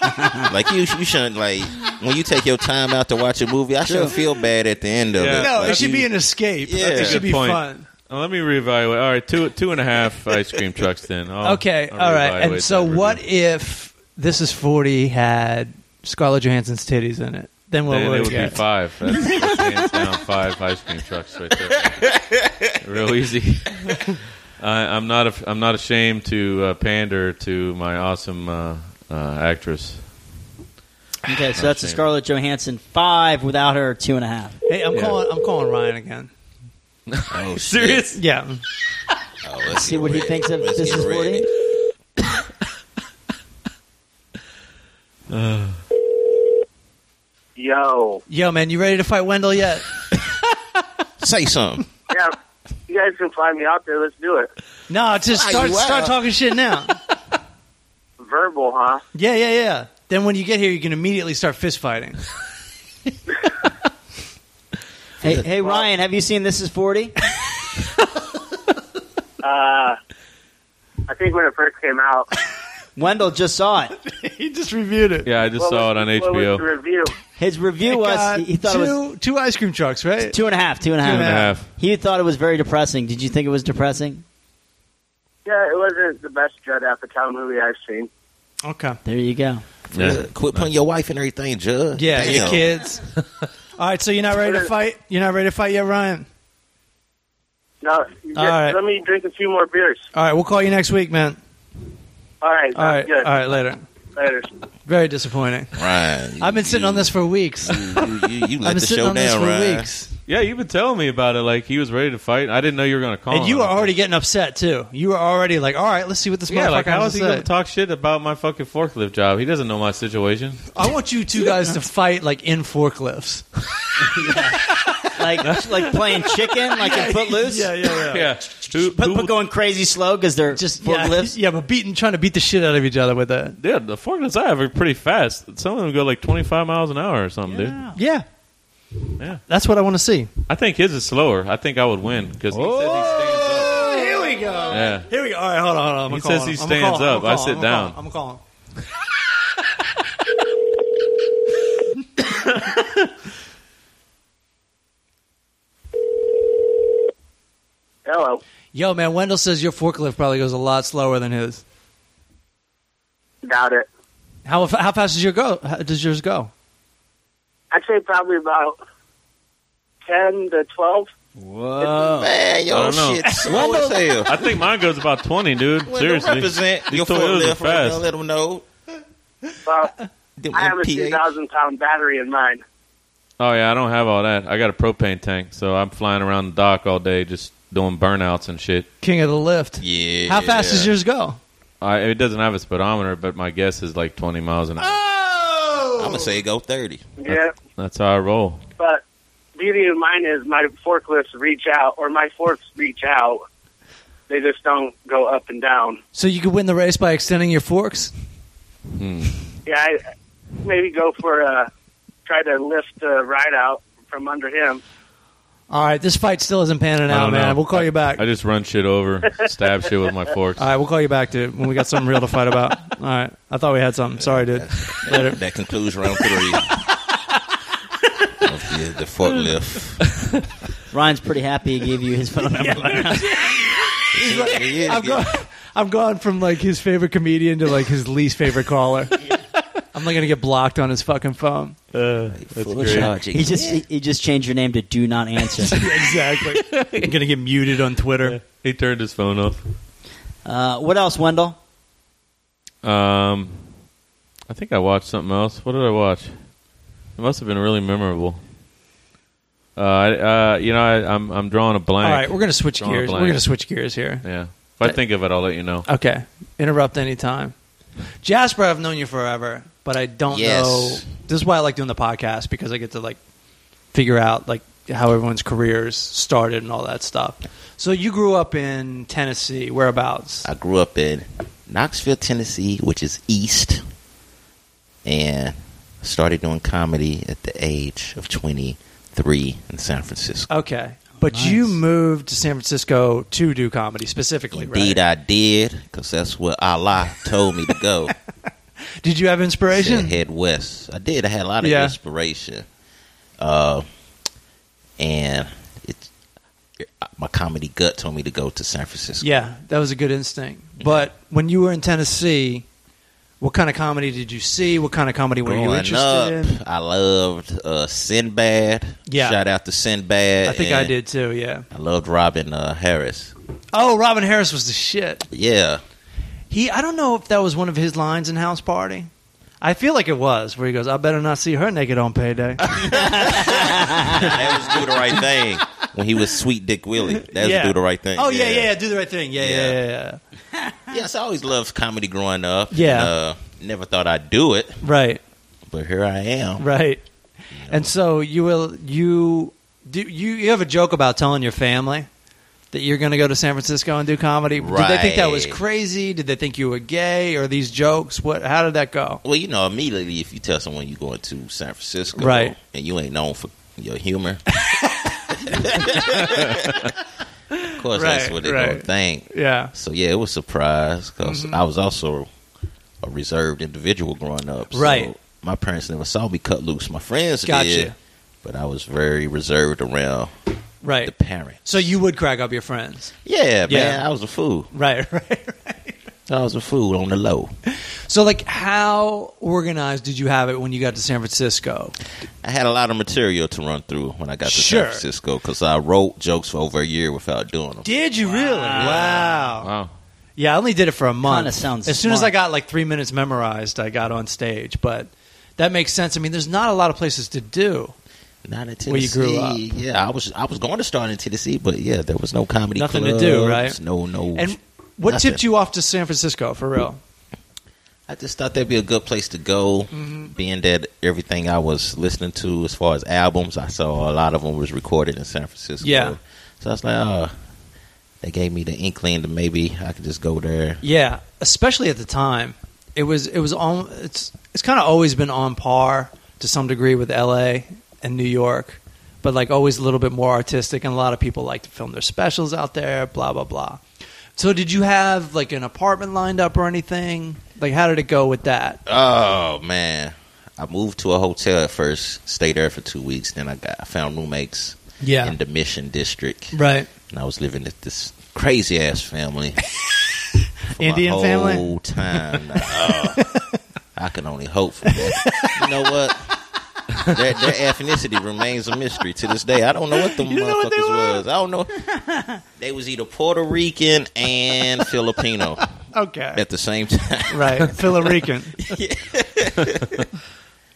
Speaker 3: like you, you shouldn't like when you take your time out to watch a movie. I shouldn't feel bad at the end of
Speaker 2: Yeah.
Speaker 3: it.
Speaker 1: No,
Speaker 3: Like,
Speaker 1: it should be
Speaker 3: you-
Speaker 1: an escape.
Speaker 3: Yeah.
Speaker 1: it
Speaker 3: That's a
Speaker 1: should
Speaker 2: good
Speaker 1: be
Speaker 2: point.
Speaker 1: fun.
Speaker 2: Uh, let me reevaluate. All right, two two and a half ice cream trucks. Then I'll-
Speaker 1: okay,
Speaker 2: Oh, I'll
Speaker 1: all right.
Speaker 2: reevaluate
Speaker 1: And so,
Speaker 2: that
Speaker 1: what
Speaker 2: review.
Speaker 1: if This Is 40 had Scarlett Johansson's titties in it? Then what
Speaker 2: Then it
Speaker 1: would
Speaker 2: would
Speaker 1: get?
Speaker 2: be five. That's, that's hands down five ice cream trucks right there. Real easy. I, I'm not. af- I'm not ashamed to uh, pander to my awesome uh, uh, actress.
Speaker 5: Okay,
Speaker 1: Oh,
Speaker 5: so that's a
Speaker 2: shame.
Speaker 5: Scarlett Johansson five without her two and a half.
Speaker 1: Hey, I'm calling. I'm calling Ryan again.
Speaker 3: oh, shit.
Speaker 2: Serious?
Speaker 1: Yeah,
Speaker 3: Oh, let's
Speaker 5: See
Speaker 3: get
Speaker 5: what he
Speaker 3: ready.
Speaker 5: thinks of
Speaker 3: Let's
Speaker 5: this
Speaker 3: get
Speaker 5: is forty.
Speaker 3: ready.
Speaker 6: Yo,
Speaker 1: yo, man, you ready to fight Wendell yet?
Speaker 3: Say something.
Speaker 6: yeah, you guys can find me out there. Let's do it.
Speaker 1: No, just
Speaker 3: Fly
Speaker 1: start
Speaker 3: you
Speaker 1: start
Speaker 3: out.
Speaker 1: talking shit now.
Speaker 6: Verbal, huh?
Speaker 1: yeah, yeah, yeah. Then when you get here, you can immediately start fist fighting.
Speaker 5: Hey, hey Ryan, have you seen This Is Forty?
Speaker 6: Uh, I think when it first came out,
Speaker 5: Wendell just saw it.
Speaker 1: he just reviewed it.
Speaker 2: Yeah, I just
Speaker 6: what
Speaker 2: saw
Speaker 6: was-
Speaker 2: it on
Speaker 6: what was the
Speaker 2: HBO.
Speaker 6: review.
Speaker 5: His review
Speaker 1: It
Speaker 5: was
Speaker 1: got
Speaker 5: he, he thought
Speaker 1: two,
Speaker 5: it was
Speaker 1: two ice cream trucks, right?
Speaker 5: two and a half, two and a half.
Speaker 2: Two and a half.
Speaker 5: He thought it was very depressing. Did you think it was depressing?
Speaker 6: Yeah, it wasn't the best Judd Apatow movie I've seen.
Speaker 1: Okay.
Speaker 5: There you go.
Speaker 2: Yeah.
Speaker 3: Quit putting your wife and everything, Judge.
Speaker 1: Yeah,
Speaker 3: Damn.
Speaker 1: your kids. All right, so you're not ready to fight. You're not ready to fight yet, Ryan.
Speaker 6: No, you
Speaker 1: All
Speaker 6: just-
Speaker 1: right.
Speaker 6: let me drink a few more beers.
Speaker 1: All right, we'll call you next week, man.
Speaker 6: All right,
Speaker 1: All right,
Speaker 6: good.
Speaker 1: all right, later.
Speaker 6: Later.
Speaker 1: Very disappointing.
Speaker 3: Ryan. you-
Speaker 1: I've been sitting
Speaker 3: you-
Speaker 1: on this for weeks. I've
Speaker 3: You, you, you let
Speaker 1: been
Speaker 3: the
Speaker 1: sitting
Speaker 3: show
Speaker 1: on this
Speaker 3: down,
Speaker 1: for
Speaker 3: Ryan.
Speaker 1: weeks,
Speaker 2: Yeah, you've been telling me about it. Like he was ready to fight. I didn't know you were going to call.
Speaker 1: and you
Speaker 2: him.
Speaker 1: were already getting upset too. You were already like, "All right, let's see what this
Speaker 2: Yeah,
Speaker 1: motherfucker
Speaker 2: like how
Speaker 1: has
Speaker 2: is
Speaker 1: to
Speaker 2: he
Speaker 1: say."
Speaker 2: going to talk shit about my fucking forklift job? He doesn't know my situation.
Speaker 1: I want you two guys to fight like in forklifts.
Speaker 5: Like like playing chicken, like in Footloose,
Speaker 1: Yeah, yeah, yeah.
Speaker 2: Yeah, who,
Speaker 5: but,
Speaker 2: who-
Speaker 5: but going crazy slow because they're
Speaker 1: Just
Speaker 5: just
Speaker 1: yeah,
Speaker 5: forklifts.
Speaker 1: yeah, but beating, trying to beat the shit out of each other with that.
Speaker 2: yeah, the forklifts I have are pretty fast. Some of them go like twenty five miles an hour or something, dude.
Speaker 1: Yeah,
Speaker 2: Yeah.
Speaker 1: That's what I want to see.
Speaker 2: I think his is slower. I think I would win because he says he stands up.
Speaker 1: Oh, Here we go.
Speaker 2: Yeah.
Speaker 1: Here we go. All right, hold on, hold on. I'm
Speaker 2: He
Speaker 1: gonna call
Speaker 2: says
Speaker 1: him.
Speaker 2: he
Speaker 1: I'm gonna call
Speaker 2: stands
Speaker 1: him.
Speaker 2: up. I
Speaker 1: I'm gonna call
Speaker 2: sit
Speaker 1: him.
Speaker 2: down.
Speaker 1: I'm gonna call him.
Speaker 6: Hello.
Speaker 1: Yo, man, Wendell says your forklift probably goes a lot slower than his.
Speaker 6: Doubt it.
Speaker 1: How how fast does your go? How does yours go?
Speaker 6: I'd say probably about 10 to 12.
Speaker 5: Whoa!
Speaker 3: Man,
Speaker 2: I
Speaker 3: yo,
Speaker 2: don't know.
Speaker 3: shit. Slow as hell.
Speaker 2: I think mine goes about twenty, dude.
Speaker 3: Well,
Speaker 2: Seriously,
Speaker 3: represent
Speaker 2: These
Speaker 3: your
Speaker 2: Toyotas are
Speaker 3: forklift. right now,
Speaker 2: fast.
Speaker 3: Let them know.
Speaker 6: Well,
Speaker 3: Them
Speaker 6: I have a
Speaker 3: MPH.
Speaker 6: 2,000 pound battery in mine.
Speaker 2: Oh yeah, I don't have all that. I got a propane tank, so I'm flying around the dock all day, just doing burnouts and shit.
Speaker 1: King of the lift.
Speaker 3: Yeah.
Speaker 1: How fast does yours go?
Speaker 2: I, it doesn't have a speedometer, but my guess is like twenty miles an
Speaker 1: Ah!
Speaker 2: hour.
Speaker 3: I'm gonna say go thirty.
Speaker 6: Yeah,
Speaker 2: That's how I roll.
Speaker 6: but beauty of mine is my forklifts reach out, or my forks reach out. They just don't go up and down.
Speaker 1: So you could win the race by extending your forks.
Speaker 6: Yeah, I maybe go for a try to lift the ride out from under him.
Speaker 1: All right, this fight still isn't panning
Speaker 2: I
Speaker 1: out,
Speaker 2: don't
Speaker 1: man.
Speaker 2: know.
Speaker 1: We'll call you back.
Speaker 2: I just run shit over, stab shit with my forks.
Speaker 1: All right, we'll call you back, dude, when we got something real to fight about. All right, I thought we had something. Sorry, dude. Later.
Speaker 3: That concludes round three. Of the, the forklift.
Speaker 5: Ryan's pretty happy he gave you his phone number.
Speaker 3: Yeah, yeah,
Speaker 1: I'm gone. I'm gone from like his favorite comedian to like his least favorite caller. I'm not gonna get blocked on his fucking phone.
Speaker 3: Full
Speaker 2: great.
Speaker 3: charge.
Speaker 5: He just he, he just changed your name to Do Not Answer.
Speaker 1: Exactly. I'm gonna get muted on Twitter.
Speaker 2: He turned his phone off.
Speaker 5: Uh, what else, Wendell?
Speaker 2: Um, I think I watched something else. What did I watch? It must have been really memorable. Uh, I- uh you know, I, I'm I'm drawing a blank.
Speaker 1: All right, we're gonna switch
Speaker 2: Drawing a
Speaker 1: gears. We're
Speaker 2: blank.
Speaker 1: gonna switch gears here.
Speaker 2: Yeah. If I think of it, I'll let you know.
Speaker 1: Okay. Interrupt anytime. Jasper, I've known you forever, but I don't
Speaker 3: Yes.
Speaker 1: know This is why I like doing the podcast because I get to like figure out like how everyone's careers started and all that stuff. So you grew up in Tennessee, whereabouts?
Speaker 3: I grew up in Knoxville, Tennessee, which is east, and started doing comedy at the age of 23 in San Francisco.
Speaker 1: Okay. But
Speaker 5: nice.
Speaker 1: you moved to San Francisco to do comedy specifically,
Speaker 3: Indeed,
Speaker 1: right?
Speaker 3: I did, because that's where Allah told me to go.
Speaker 1: Did you have
Speaker 3: Said
Speaker 1: inspiration?
Speaker 3: head west. I did. I had a lot of
Speaker 1: Yeah.
Speaker 3: inspiration, uh, and it, my comedy gut told me to go to San Francisco.
Speaker 1: Yeah, that was a good instinct. But when you were in Tennessee, what kind of comedy did you see? What kind of comedy were you
Speaker 3: Growing
Speaker 1: interested
Speaker 3: up,
Speaker 1: in?
Speaker 3: I loved uh, Sinbad.
Speaker 1: Yeah.
Speaker 3: Shout out to Sinbad.
Speaker 1: I think I
Speaker 3: and
Speaker 1: did too, yeah.
Speaker 3: I loved Robin uh, Harris.
Speaker 1: Oh, Robin Harris was the shit.
Speaker 3: Yeah.
Speaker 1: He, I don't know if that was one of his lines in House Party. I feel like it was, where he goes, "I better not see her naked on payday."
Speaker 3: that was do the right thing. When he was Sweet Dick Willie. That was
Speaker 1: Yeah.
Speaker 3: do the right thing.
Speaker 1: oh yeah, yeah, yeah, do the right thing. Yeah, yeah,
Speaker 3: Yeah.
Speaker 1: yeah. yeah.
Speaker 3: Yes, I always loved comedy growing up.
Speaker 1: Yeah.
Speaker 3: And, uh, never thought I'd do it,
Speaker 1: Right,
Speaker 3: but here I am.
Speaker 1: right. And so you will, you do, you, you have a joke about telling your family that you're going to go to San Francisco and do comedy. Did they think that was
Speaker 3: Right.
Speaker 1: crazy? Did they think you were gay or these jokes? What? How did that go?
Speaker 3: Well, you know, immediately if you tell someone you're going to San Francisco,
Speaker 1: Right.
Speaker 3: and you ain't known for your humor, of course that's
Speaker 1: Right,
Speaker 3: what they're gonna
Speaker 1: right. Mm-hmm.
Speaker 3: think.
Speaker 1: Yeah,
Speaker 3: So yeah, it was a surprise because I was also a reserved individual growing up. So
Speaker 1: Right.
Speaker 3: My parents never saw me cut loose. My friends
Speaker 1: Gotcha.
Speaker 3: did, but I was very reserved around
Speaker 1: right.
Speaker 3: the parents.
Speaker 1: So you would crack up your friends.
Speaker 3: Yeah,
Speaker 1: Yeah.
Speaker 3: man, I was a fool.
Speaker 1: Right, right.
Speaker 3: I was a fool on the low.
Speaker 1: So, like, how organized did you have it when you got to San Francisco?
Speaker 3: I had a lot of material to run through when I got to
Speaker 1: Sure.
Speaker 3: San Francisco because I wrote jokes for over a year without doing them.
Speaker 1: Did you really? Wow.
Speaker 2: Wow.
Speaker 1: Yeah, I only did it for a month.
Speaker 5: Kinda sounds
Speaker 1: as soon as I
Speaker 5: smart.
Speaker 1: got like three minutes memorized, I got on stage. But that makes sense. I mean, there's not a lot of places to do.
Speaker 3: Not in Tennessee.
Speaker 1: Where you grew up.
Speaker 3: Yeah, I was I was going to start in Tennessee, but yeah, there was no comedy.
Speaker 1: Nothing to do,
Speaker 3: clubs,
Speaker 1: right?
Speaker 3: No, no.
Speaker 1: And what
Speaker 3: nothing.
Speaker 1: tipped you off to San Francisco for real?
Speaker 3: I just thought that'd be a good place to go,
Speaker 1: Mm-hmm.
Speaker 3: being that everything I was listening to as far as albums, I saw a lot of them was recorded in San Francisco.
Speaker 1: Yeah.
Speaker 3: So I was like, oh, they gave me the inkling that maybe I could just go there.
Speaker 1: Yeah, especially at the time, it was it was on. It's it's kind of always been on par to some degree with L.A. and New York, but like always a little bit more artistic. And a lot of people like to film their specials out there. Blah blah blah. So, did you have like an apartment lined up or anything? Like, how did it go with that?
Speaker 3: Oh man, I moved to a hotel at first, stayed there for two weeks. Then I got I found roommates
Speaker 1: Yeah.
Speaker 3: in the Mission District,
Speaker 1: Right.
Speaker 3: and I was living with this crazy ass family. for
Speaker 1: Indian
Speaker 3: my
Speaker 1: family?
Speaker 3: whole time. Oh, I can only hope for that. You know what? Their, their ethnicity remains a mystery to this day. I don't know what the
Speaker 1: don't know
Speaker 3: motherfuckers
Speaker 1: what they were?
Speaker 3: was. I don't know. They was either Puerto Rican and Filipino
Speaker 1: Okay.
Speaker 3: at the same time.
Speaker 1: Right. Rican.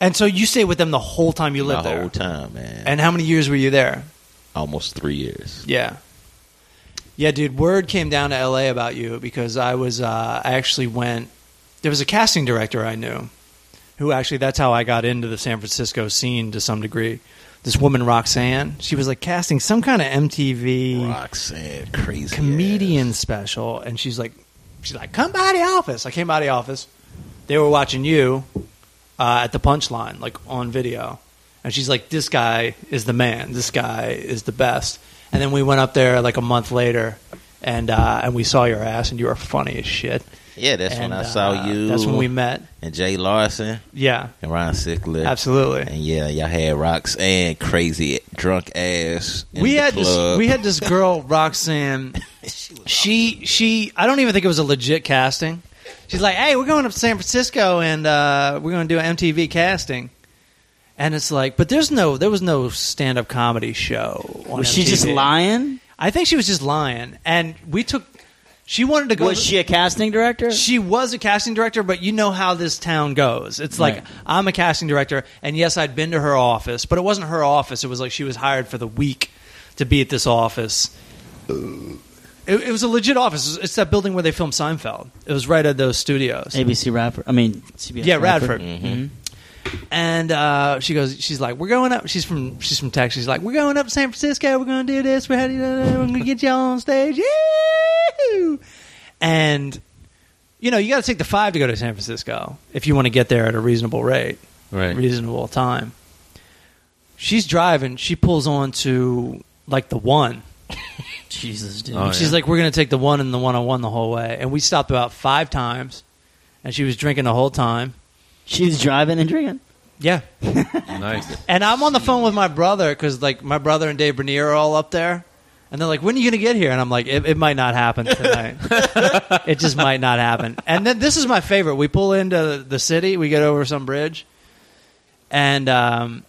Speaker 1: and so you stayed with them the whole time you
Speaker 3: The
Speaker 1: lived there.
Speaker 3: whole time, man.
Speaker 1: And how many years were you there?
Speaker 3: Almost three years.
Speaker 1: Yeah. Yeah, dude, word came down to LA about you because I was uh, I actually went there was a casting director I knew who actually that's how I got into the San Francisco scene to some degree. This woman Roxanne, she was like casting some kind of MTV
Speaker 3: Roxanne, crazy
Speaker 1: comedian special and she's like she's like come by the office i came by the office they were watching you uh, at the punchline like on video and she's like this guy is the man this guy is the best and then we went up there like a month later and uh, and we saw your ass and you were funny as shit
Speaker 3: ass. Yeah, that's
Speaker 1: And,
Speaker 3: when I
Speaker 1: uh,
Speaker 3: saw you.
Speaker 1: that's when we met
Speaker 3: and Jay Larson
Speaker 1: yeah
Speaker 3: and Ron Sickler.
Speaker 1: absolutely
Speaker 3: And yeah, y'all had Roxanne, crazy drunk ass. In
Speaker 1: we
Speaker 3: the
Speaker 1: had this
Speaker 3: club.
Speaker 1: we had this girl roxanne she she I don't even think it was a legit casting. She's like, "Hey, we're going up to San Francisco and uh, we're going to do an MTV casting." And it's like, but there's no there was no stand-up comedy show. On
Speaker 5: Was she just
Speaker 1: MTV.
Speaker 5: lying?
Speaker 1: I think she was just lying. And we took she wanted to go
Speaker 5: Was she a casting director?
Speaker 1: she was a casting director, but you know how this town goes. It's like
Speaker 5: Right.
Speaker 1: I'm a casting director, and yes, I'd been to her office, but it wasn't her office. It was like she was hired for the week to be at this office. It, it was a legit office. It's that building where they filmed Seinfeld. It was right at those studios.
Speaker 5: ABC Radford. Mm-hmm. I mean, CBS
Speaker 1: Yeah, Radford. and uh, she goes, she's like, we're going up. She's from she's from Texas. She's like, we're going up to San Francisco. We're going to do this. We're, gonna do that. we're going to get y'all on stage. Yee-hoo! And you know, you got to take the five to go to San Francisco if you want to get there at a reasonable rate,
Speaker 2: Right.
Speaker 1: reasonable time. She's driving. She pulls on to like the one.
Speaker 5: Jesus, dude.
Speaker 2: Oh,
Speaker 1: And she's
Speaker 2: yeah.
Speaker 1: like, we're going to take the one and the one on one the whole way. And we stopped about five times, and she was drinking the whole time.
Speaker 5: She's driving and drinking.
Speaker 1: Yeah.
Speaker 2: nice.
Speaker 1: And I'm on the phone with my brother because, like, my brother and Dave Bernier are all up there. And they're like, when are you going to get here? And I'm like, it, it might not happen tonight. it just might not happen. And then this is my favorite. We pull into the city, we get over some bridge, and um,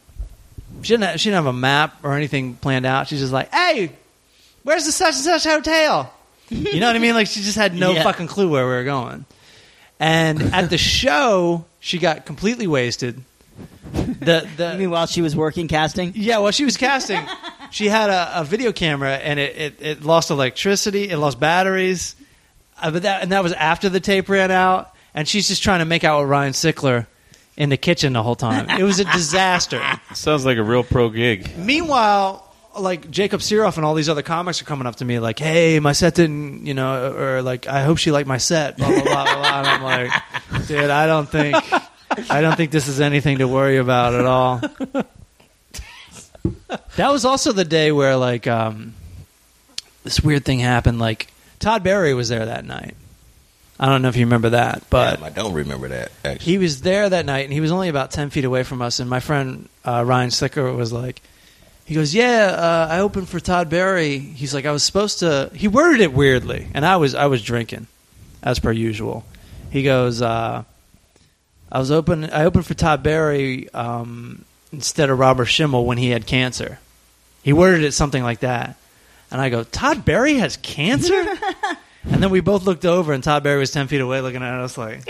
Speaker 1: she, didn't have, she didn't have a map or anything planned out. She's just like, hey, where's the such and such hotel? You know what I mean? Like, she just had no
Speaker 5: Yeah.
Speaker 1: fucking clue where we were going. And at the show, she got completely wasted. The, the,
Speaker 5: I mean, while she was working casting,
Speaker 1: yeah, well, she was casting. she had a, a video camera, and it, it, it lost electricity. It lost batteries. Uh, but that and that was after the tape ran out, and she's just trying to make out with Ryan Sickler in the kitchen the whole time. It was a disaster.
Speaker 2: Sounds like a real pro gig.
Speaker 1: Meanwhile, like Jacob Siroff and all these other comics are coming up to me like, "Hey, my set didn't, you know, or like, I hope she liked my set." Blah blah blah. blah. blah. And I'm like, dude, I don't think, I don't think this is anything to worry about at all. That was also the day where like um, this weird thing happened. Like Todd Barry was there that night. I don't know if you remember that, but
Speaker 3: Damn, I don't remember that. Actually,
Speaker 1: he was there that night and he was only about 10 feet away from us and my friend uh, ryan slicker was like he goes yeah uh, i opened for todd barry he's like i was supposed to he worded it weirdly and i was i was drinking as per usual he goes uh, i was open i opened for todd barry um, instead of robert schimmel when he had cancer he worded it something like that and i go todd barry has cancer and then we both looked over and todd barry was 10 feet away looking at us like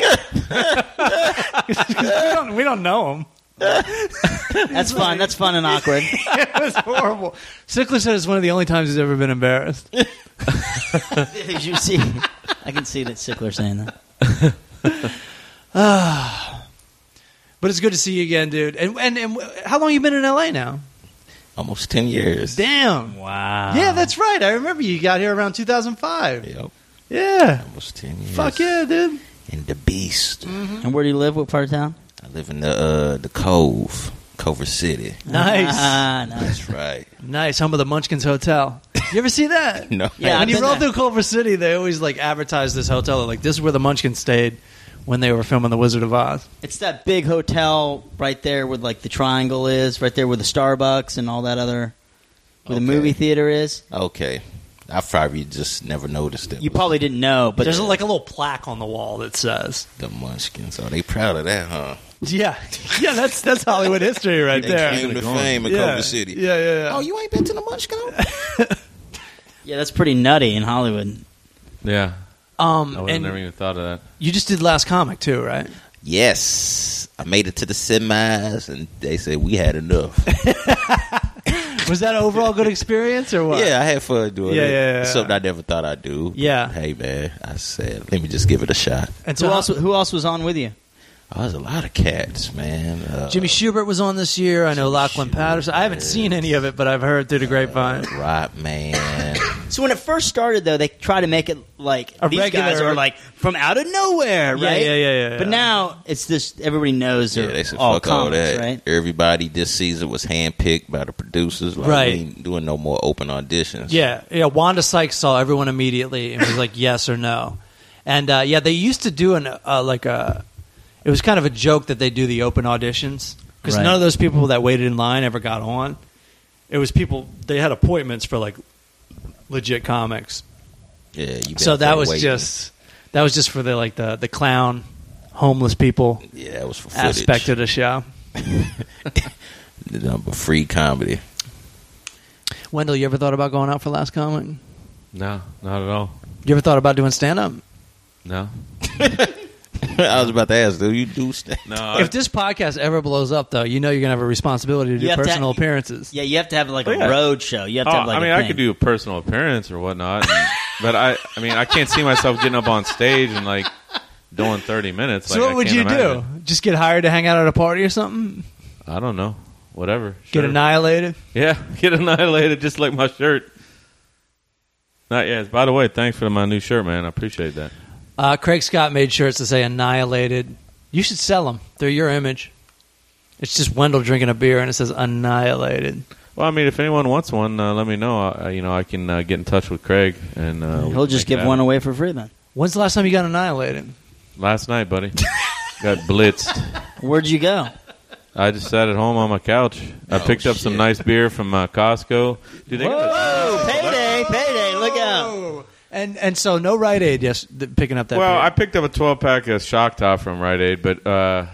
Speaker 1: we don't we don't know him.
Speaker 5: that's fun. That's fun and awkward.
Speaker 1: it was horrible. Sickler said it's one of the only times he's ever been embarrassed.
Speaker 5: Did you see? I can see that Sickler saying that.
Speaker 1: But it's good to see you again, dude. And and, and how long you been in LA now?
Speaker 3: almost ten years.
Speaker 1: Damn.
Speaker 5: Wow.
Speaker 1: Yeah, that's right. I remember you got here around 2005. Yeah.
Speaker 3: Yep, almost ten years.
Speaker 1: Fuck yeah, dude.
Speaker 3: And the beast.
Speaker 5: And where do you live? What part of town?
Speaker 3: I live in the uh, the Cove, Culver City.
Speaker 1: Nice.
Speaker 5: Ah, nice.
Speaker 3: That's right.
Speaker 1: Nice. Home of the Munchkins Hotel. You ever see that?
Speaker 3: No.
Speaker 5: Yeah,
Speaker 1: when
Speaker 5: I've
Speaker 1: you
Speaker 5: been
Speaker 1: roll
Speaker 5: there.
Speaker 1: through Culver City, they always like advertise this hotel. They're like, this is where the Munchkins stayed when they were filming The Wizard of Oz.
Speaker 5: It's that big hotel right there where like the triangle is, right there where the Starbucks and all that other where
Speaker 3: Okay.
Speaker 5: the movie theater is.
Speaker 3: Okay. I probably just never noticed it.
Speaker 5: You probably didn't know, but
Speaker 1: But there's like a little plaque on the wall that says,
Speaker 3: the Munchkins. Are they proud of that, huh?
Speaker 1: "Yeah, yeah, that's that's Hollywood history right
Speaker 3: They
Speaker 1: there."
Speaker 3: claim the
Speaker 2: Going.
Speaker 3: fame in
Speaker 1: yeah.
Speaker 3: Culver City.
Speaker 1: Yeah, yeah, yeah.
Speaker 3: Oh, you ain't been to the Munchkin?
Speaker 5: yeah, that's pretty nutty in Hollywood.
Speaker 2: Yeah.
Speaker 1: um,
Speaker 2: I would have
Speaker 1: and
Speaker 2: never even thought of that.
Speaker 1: you just did last comic too, right?
Speaker 3: yes. I made it to the semis, and they said we had enough.
Speaker 1: Was that an overall good experience or what?
Speaker 3: Yeah, I had fun doing
Speaker 1: Yeah, yeah,
Speaker 3: it.
Speaker 1: yeah.
Speaker 3: It's something I never thought I'd do.
Speaker 1: Yeah.
Speaker 3: Hey, man. I said, let me just give it a shot.
Speaker 1: And
Speaker 5: Who
Speaker 1: so
Speaker 5: else? Who else was on with you?
Speaker 3: Oh, there's a lot of cats, man. Uh,
Speaker 1: Jimmy Schubert was on this year. I know Lachlan
Speaker 3: Schubert,
Speaker 1: Patterson. I haven't seen any of it, but I've heard through the grapevine.
Speaker 3: Rock, man.
Speaker 5: So when it first started, though, they tried to make it like
Speaker 1: A
Speaker 5: these guys
Speaker 1: regular-
Speaker 5: are like from out of nowhere,
Speaker 1: Yeah,
Speaker 5: right?
Speaker 1: yeah, yeah, yeah,
Speaker 5: But
Speaker 1: yeah.
Speaker 5: now it's just everybody knows
Speaker 3: yeah,
Speaker 5: they're
Speaker 3: they said,
Speaker 5: all
Speaker 3: fuck all
Speaker 5: comics,
Speaker 3: that.
Speaker 5: right?
Speaker 3: Everybody this season was handpicked by the producers. Like,
Speaker 1: Right.
Speaker 3: We ain't doing no more open auditions.
Speaker 1: Yeah, yeah. Wanda Sykes saw everyone immediately and was like, "Yes or no," and uh, yeah, they used to do an uh, like a. It was kind of a joke that they do the open auditions because
Speaker 5: Right.
Speaker 1: none of those people that waited in line ever got on. It was people they had appointments for like legit comics,
Speaker 3: Yeah. You been
Speaker 1: so that
Speaker 3: there
Speaker 1: was
Speaker 3: waiting.
Speaker 1: just that was just for the like the the clown homeless people
Speaker 3: Yeah, that was for footage.
Speaker 1: aspect of the show.
Speaker 3: the number free comedy.
Speaker 1: Wendell, you ever thought about going out for last comic?
Speaker 2: No, not at all.
Speaker 1: You ever thought about doing stand up?
Speaker 2: No.
Speaker 3: I was about to ask, do you do stand?
Speaker 2: No.
Speaker 1: If this podcast ever blows up, though, you know you're gonna have a responsibility to do
Speaker 5: You have to-
Speaker 1: personal appearances.
Speaker 5: Yeah, you have to have like
Speaker 2: Oh, yeah.
Speaker 5: a road show. You have to
Speaker 2: Oh,
Speaker 5: have like
Speaker 2: I mean,
Speaker 5: a
Speaker 2: I
Speaker 5: thing.
Speaker 2: could do a personal appearance or whatnot, and- but I, I mean, I can't see myself getting up on stage and like doing 30 minutes.
Speaker 1: so
Speaker 2: like,
Speaker 1: what
Speaker 2: I
Speaker 1: would
Speaker 2: can't
Speaker 1: you
Speaker 2: imagine.
Speaker 1: do? Just get hired to hang out at a party or something?
Speaker 2: I don't know. Whatever.
Speaker 1: Get
Speaker 2: Sure.
Speaker 1: annihilated?
Speaker 2: Yeah, get annihilated just like my shirt. Not yet. By the way, thanks for my new shirt, man. I appreciate that.
Speaker 1: Uh, Craig Scott made shirts that say annihilated. You should sell them. They're your image. It's just Wendell drinking a beer and it says annihilated.
Speaker 2: Well, I mean, if anyone wants one, uh, let me know. I, I- you know, I can uh, get in touch with Craig, and uh, we
Speaker 5: He'll
Speaker 2: can
Speaker 5: just
Speaker 2: make it
Speaker 5: give one
Speaker 2: happen.
Speaker 5: away for free then.
Speaker 1: When's the last time you got annihilated?
Speaker 2: Last night, buddy, got blitzed.
Speaker 5: Where'd you go?
Speaker 2: I just sat at home on my couch. I picked up some nice beer from uh, Costco. Dude, they got this-
Speaker 5: Whoa! Payday! Payday! Look out!
Speaker 1: Oh, and and so no Rite Aid. Yes, th- picking up that.
Speaker 2: well,
Speaker 1: beer.
Speaker 2: I picked up a 12 pack of Shock Top from Rite Aid, but uh,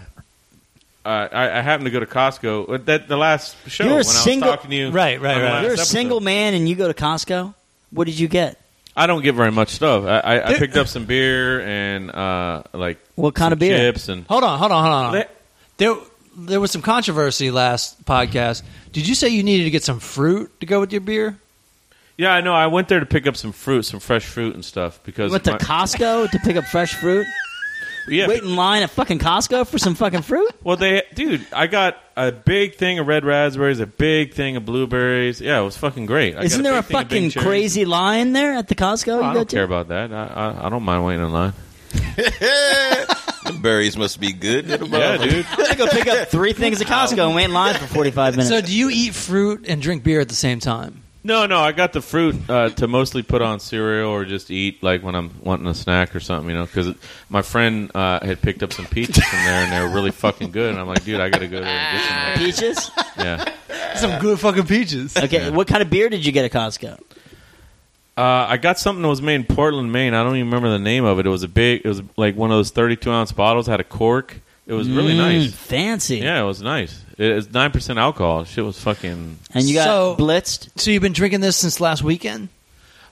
Speaker 2: I, I I happened to go to Costco But that the last show
Speaker 5: You're a
Speaker 2: when
Speaker 5: single-
Speaker 2: I was talking to you.
Speaker 1: Right, right,
Speaker 2: on the
Speaker 1: right.
Speaker 2: last
Speaker 5: You're a
Speaker 2: episode.
Speaker 5: single man and you go to Costco. What did you get?
Speaker 2: I don't get very much stuff. I, I, I picked up some beer and uh, like
Speaker 5: What kind
Speaker 2: some
Speaker 5: of beer?
Speaker 2: chips and
Speaker 1: hold on, hold on, hold on.
Speaker 2: Let-
Speaker 1: there, there was some controversy last podcast. Did you say you needed to get some fruit to go with your beer?
Speaker 2: yeah, I know. I went there to pick up some fruit, some fresh fruit and stuff
Speaker 5: You
Speaker 2: because
Speaker 5: went to
Speaker 2: my-
Speaker 5: Costco to pick up fresh fruit.
Speaker 2: yeah,
Speaker 5: Wait in line at fucking Costco for some fucking fruit.
Speaker 2: Well, they, dude, I got a big thing of red raspberries, a big thing of blueberries. Yeah, it was fucking great. I
Speaker 5: Isn't
Speaker 2: got
Speaker 5: there a
Speaker 2: big thing of
Speaker 5: fucking
Speaker 2: big cherries.
Speaker 5: crazy line there at the Costco?
Speaker 2: Oh, I
Speaker 5: you go
Speaker 2: don't
Speaker 5: to?
Speaker 2: care about that. I, I, I don't mind waiting in line.
Speaker 3: The berries must be good.
Speaker 2: Yeah, dude.
Speaker 5: I go pick up three things at Costco and wait in line for forty-five minutes.
Speaker 1: So do you eat fruit and drink beer at the same time?
Speaker 2: No, no, I got the fruit uh, to mostly put on cereal or just eat, like when I'm wanting a snack or something, you know. Because my friend uh, had picked up some peaches from there, and they were really fucking good. And I'm like, dude, I got to go there and get some. of
Speaker 5: Peaches.
Speaker 2: that. Yeah.
Speaker 1: Some good fucking peaches.
Speaker 5: Okay,
Speaker 2: Yeah.
Speaker 5: what kind of beer did you get at Costco?
Speaker 2: Uh, I got something that was made in Portland, Maine. I don't even remember the name of it. It was a big. It was like one of those 32 ounce bottles. Had a cork. It was really
Speaker 5: Mm,
Speaker 2: nice.
Speaker 5: fancy.
Speaker 2: Yeah, it was nice. It- It's nine percent alcohol. Shit was fucking.
Speaker 5: And you got
Speaker 1: So-
Speaker 5: blitzed.
Speaker 1: So you've been drinking this since last weekend?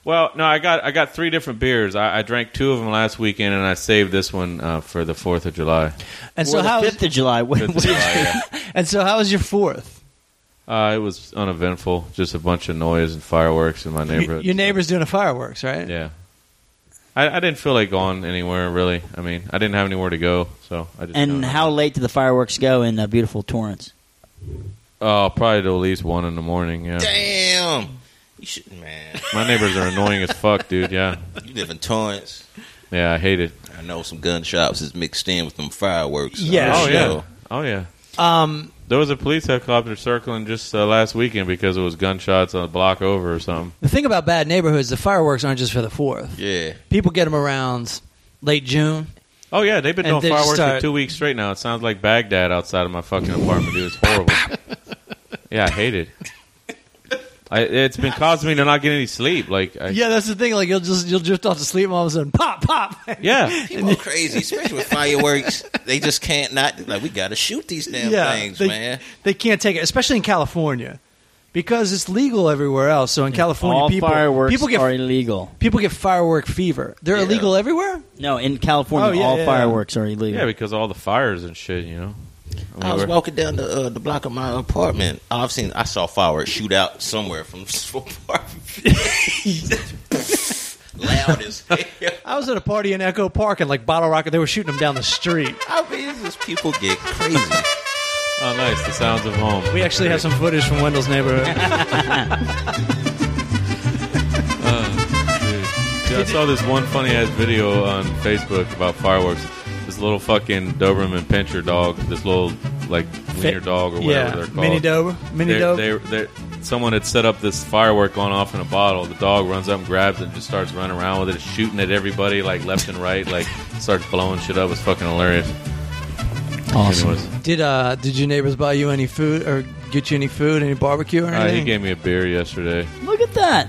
Speaker 2: Well, no, I got I got three different beers. I, I drank two of them last weekend, and I saved this one uh, for the Fourth of July.
Speaker 1: And so
Speaker 5: Well, the
Speaker 1: how?
Speaker 5: fifth of July. What-
Speaker 2: Fifth of
Speaker 5: what-
Speaker 2: July,
Speaker 1: And so how was your fourth?
Speaker 2: yeah. uh, it was uneventful. Just a bunch of noise and fireworks in my
Speaker 1: Your,
Speaker 2: neighborhood.
Speaker 1: your neighbor's doing a fireworks, right?
Speaker 2: Yeah. I, I didn't feel like going anywhere really. I mean, I didn't have anywhere to go, so I just.
Speaker 5: and
Speaker 2: kinda-
Speaker 5: how late did the fireworks go in uh, beautiful Torrance?
Speaker 2: Oh, probably till at least one in the morning. Yeah.
Speaker 3: Damn. You should, man.
Speaker 2: My neighbors are annoying as fuck, dude. Yeah.
Speaker 3: You live in Torrance.
Speaker 2: Yeah, I hate it.
Speaker 3: I know some gun shops is mixed in with them fireworks.
Speaker 1: Yeah.
Speaker 2: Oh
Speaker 3: I'm
Speaker 2: yeah.
Speaker 3: sure.
Speaker 2: Oh yeah.
Speaker 1: Um,
Speaker 2: There was a police helicopter circling just uh, last weekend because it was gunshots on a block over or something.
Speaker 1: the thing about bad neighborhoods, the fireworks aren't just for the fourth.
Speaker 3: Yeah.
Speaker 1: people get them around late June.
Speaker 2: Oh yeah, they've been
Speaker 1: And
Speaker 2: doing
Speaker 1: they just
Speaker 2: fireworks
Speaker 1: start-
Speaker 2: for two weeks straight now. It sounds like Baghdad outside of my fucking apartment, dude. It's horrible. yeah, I hate it. I, it's been causing me to not get any sleep. Like, I, yeah.
Speaker 1: Yeah, that's the thing. Like you'll just you'll drift off to sleep, and all of a sudden, pop, pop.
Speaker 3: People are crazy, especially with fireworks. They just can't not like we got to shoot these damn things,
Speaker 1: they,
Speaker 3: man.
Speaker 1: They can't take it, especially in California, because it's legal everywhere else. So in California,
Speaker 5: All
Speaker 1: people
Speaker 5: fireworks
Speaker 1: people get
Speaker 5: are illegal.
Speaker 1: people get firework fever. They're
Speaker 3: Yeah.
Speaker 1: illegal everywhere.
Speaker 5: No, in California,
Speaker 1: Oh, yeah,
Speaker 5: all
Speaker 1: yeah.
Speaker 5: fireworks are illegal.
Speaker 2: because all the fires and shit, you know. I mean,
Speaker 1: Oh,
Speaker 3: I was
Speaker 2: we're-
Speaker 3: walking down the uh, the block of my apartment. Oh, I've seen I saw fireworks shoot out somewhere from loud as hell.
Speaker 1: I was at a party in Echo Park, and like bottle rocket, they were shooting them down the street.
Speaker 3: I mean, it's just people get crazy.
Speaker 2: oh, nice. The sounds of home.
Speaker 1: We actually have some footage from Wendell's neighborhood.
Speaker 2: Yeah, I saw this one funny ass video on Facebook about fireworks. This little fucking Doberman pincher dog, this little like wiener dog or whatever they're
Speaker 1: yeah,
Speaker 2: called.
Speaker 1: mini dober, mini
Speaker 2: They're-
Speaker 1: dober.
Speaker 2: they're- they're- someone had set up this firework going off in a bottle. The dog runs up and grabs it and just starts running around with it, shooting at everybody like left and right, like starts blowing shit up. It's fucking hilarious.
Speaker 5: Awesome.
Speaker 2: Anyways,
Speaker 1: Did uh did your neighbors buy you any food or get you any food, any barbecue or
Speaker 2: uh,
Speaker 1: anything?
Speaker 2: he gave me a beer yesterday.
Speaker 5: Look at that.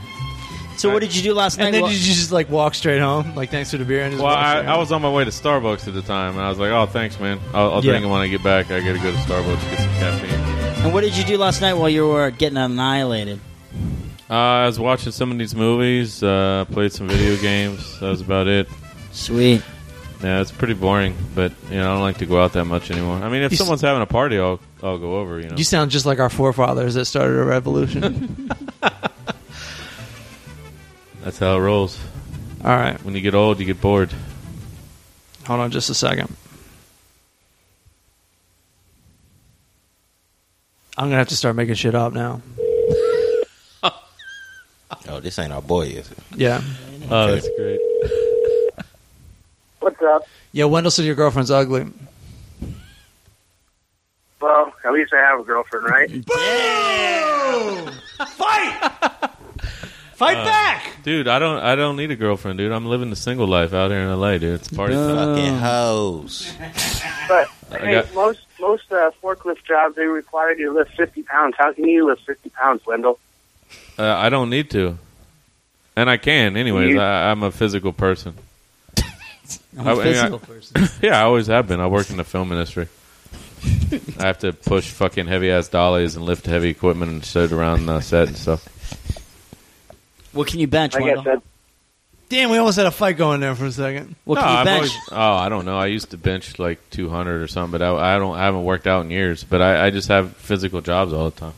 Speaker 5: So what did you do last night?
Speaker 1: And then
Speaker 5: Well,
Speaker 1: did you just like walk straight home, like next to the beer? And just
Speaker 2: Well,
Speaker 1: walk
Speaker 2: I,
Speaker 1: straight
Speaker 2: I
Speaker 1: home?
Speaker 2: was on my way to Starbucks at the time, and I was like, "Oh, thanks, man. I'll, I'll drink
Speaker 1: Yeah.
Speaker 2: it when I get back. I got to go to Starbucks to get some caffeine."
Speaker 5: and what did you do last night while you were getting annihilated?
Speaker 2: Uh, I was watching some of these movies, uh, played some video games. That was about it.
Speaker 5: Sweet.
Speaker 2: Yeah, it's pretty boring, but you know I don't like to go out that much anymore. I mean, if
Speaker 1: You s-
Speaker 2: someone's having a party, I'll I'll go over. You know,
Speaker 1: You sound just like our forefathers that started a revolution.
Speaker 2: that's how it rolls.
Speaker 1: All right,
Speaker 2: When you get old, you get bored.
Speaker 1: Hold on just a second. I'm going to have to start making shit up now.
Speaker 3: Oh, this ain't our boy, is it?
Speaker 1: Yeah.
Speaker 2: Oh, that's great.
Speaker 6: What's up?
Speaker 1: Yeah, Wendell said your girlfriend's ugly.
Speaker 6: Well, at least I have a girlfriend, right?
Speaker 1: Fight back!
Speaker 2: Dude, I don't I don't need a girlfriend, dude. I'm living the single life out here in LA, dude. It's party time.
Speaker 3: Fucking hoes.
Speaker 6: But
Speaker 2: I
Speaker 6: hey,
Speaker 2: got-
Speaker 6: most most uh, forklift jobs they require you to lift fifty pounds. How can you lift fifty pounds, Wendell?
Speaker 2: Uh, I don't need to. And I can, anyways.
Speaker 6: You-
Speaker 2: I, I'm a physical person.
Speaker 5: I'm a
Speaker 2: I- I-
Speaker 5: physical person.
Speaker 2: Yeah, I always have been. I work in the film industry. I have to push fucking heavy ass dollies and lift heavy equipment and shit around the set and stuff.
Speaker 5: What can you bench?
Speaker 6: I guess
Speaker 5: Wendell?
Speaker 6: that
Speaker 1: Damn, we almost had a fight going there for a second.
Speaker 5: What can
Speaker 2: No,
Speaker 5: you
Speaker 2: I've
Speaker 5: bench?
Speaker 2: always- oh, I don't know. I used to bench like 200 or something, but I, I don't. I haven't worked out in years. But I, I just have physical jobs all the time.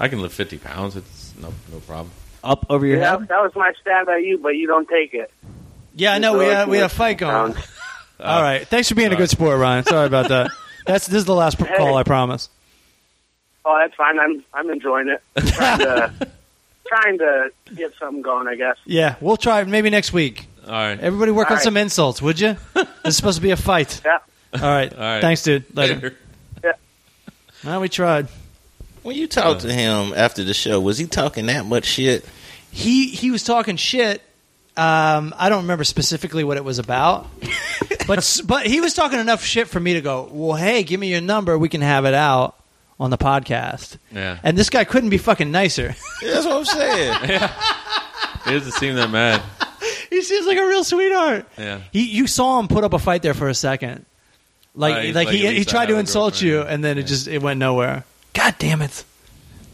Speaker 2: I can lift 50 pounds. It's no no problem.
Speaker 5: Up over your
Speaker 6: yeah,
Speaker 5: head?
Speaker 6: that was my stab at you, but you don't take it.
Speaker 1: Yeah, I know. We had, we had a fight going.
Speaker 6: Pounds.
Speaker 1: All right. Thanks for being a good sport, Ryan. Sorry about that. That's This is the last p- call, I promise.
Speaker 6: Oh, that's fine. I'm I'm enjoying it. trying to trying to get something going, I guess.
Speaker 1: Yeah, we'll try maybe next week.
Speaker 2: All right.
Speaker 1: Everybody work
Speaker 6: All
Speaker 1: on
Speaker 6: right.
Speaker 1: some insults, would you? this is supposed to be a fight.
Speaker 6: Yeah.
Speaker 1: All right.
Speaker 2: All right.
Speaker 1: Thanks, dude. Later. Now we tried.
Speaker 3: When you talked to him after the show, was he talking that much shit?
Speaker 1: he he was talking shit. Um, I don't remember specifically what it was about, but s- but he was talking enough shit for me to go. Well, hey, give me your number. We can have it out on the podcast.
Speaker 2: Yeah.
Speaker 1: And this guy couldn't be fucking nicer.
Speaker 3: Yeah, That's what I'm saying.
Speaker 2: He doesn't seem that mad.
Speaker 1: he seems like a real sweetheart.
Speaker 2: Yeah.
Speaker 1: He you saw him put up a fight there for a second. Like
Speaker 2: Right, he's
Speaker 1: like,
Speaker 2: like,
Speaker 1: he
Speaker 2: at
Speaker 1: he
Speaker 2: least I
Speaker 1: tried
Speaker 2: have
Speaker 1: to
Speaker 2: a
Speaker 1: insult you,
Speaker 2: girlfriend.
Speaker 1: and then it just it went nowhere. God damn it!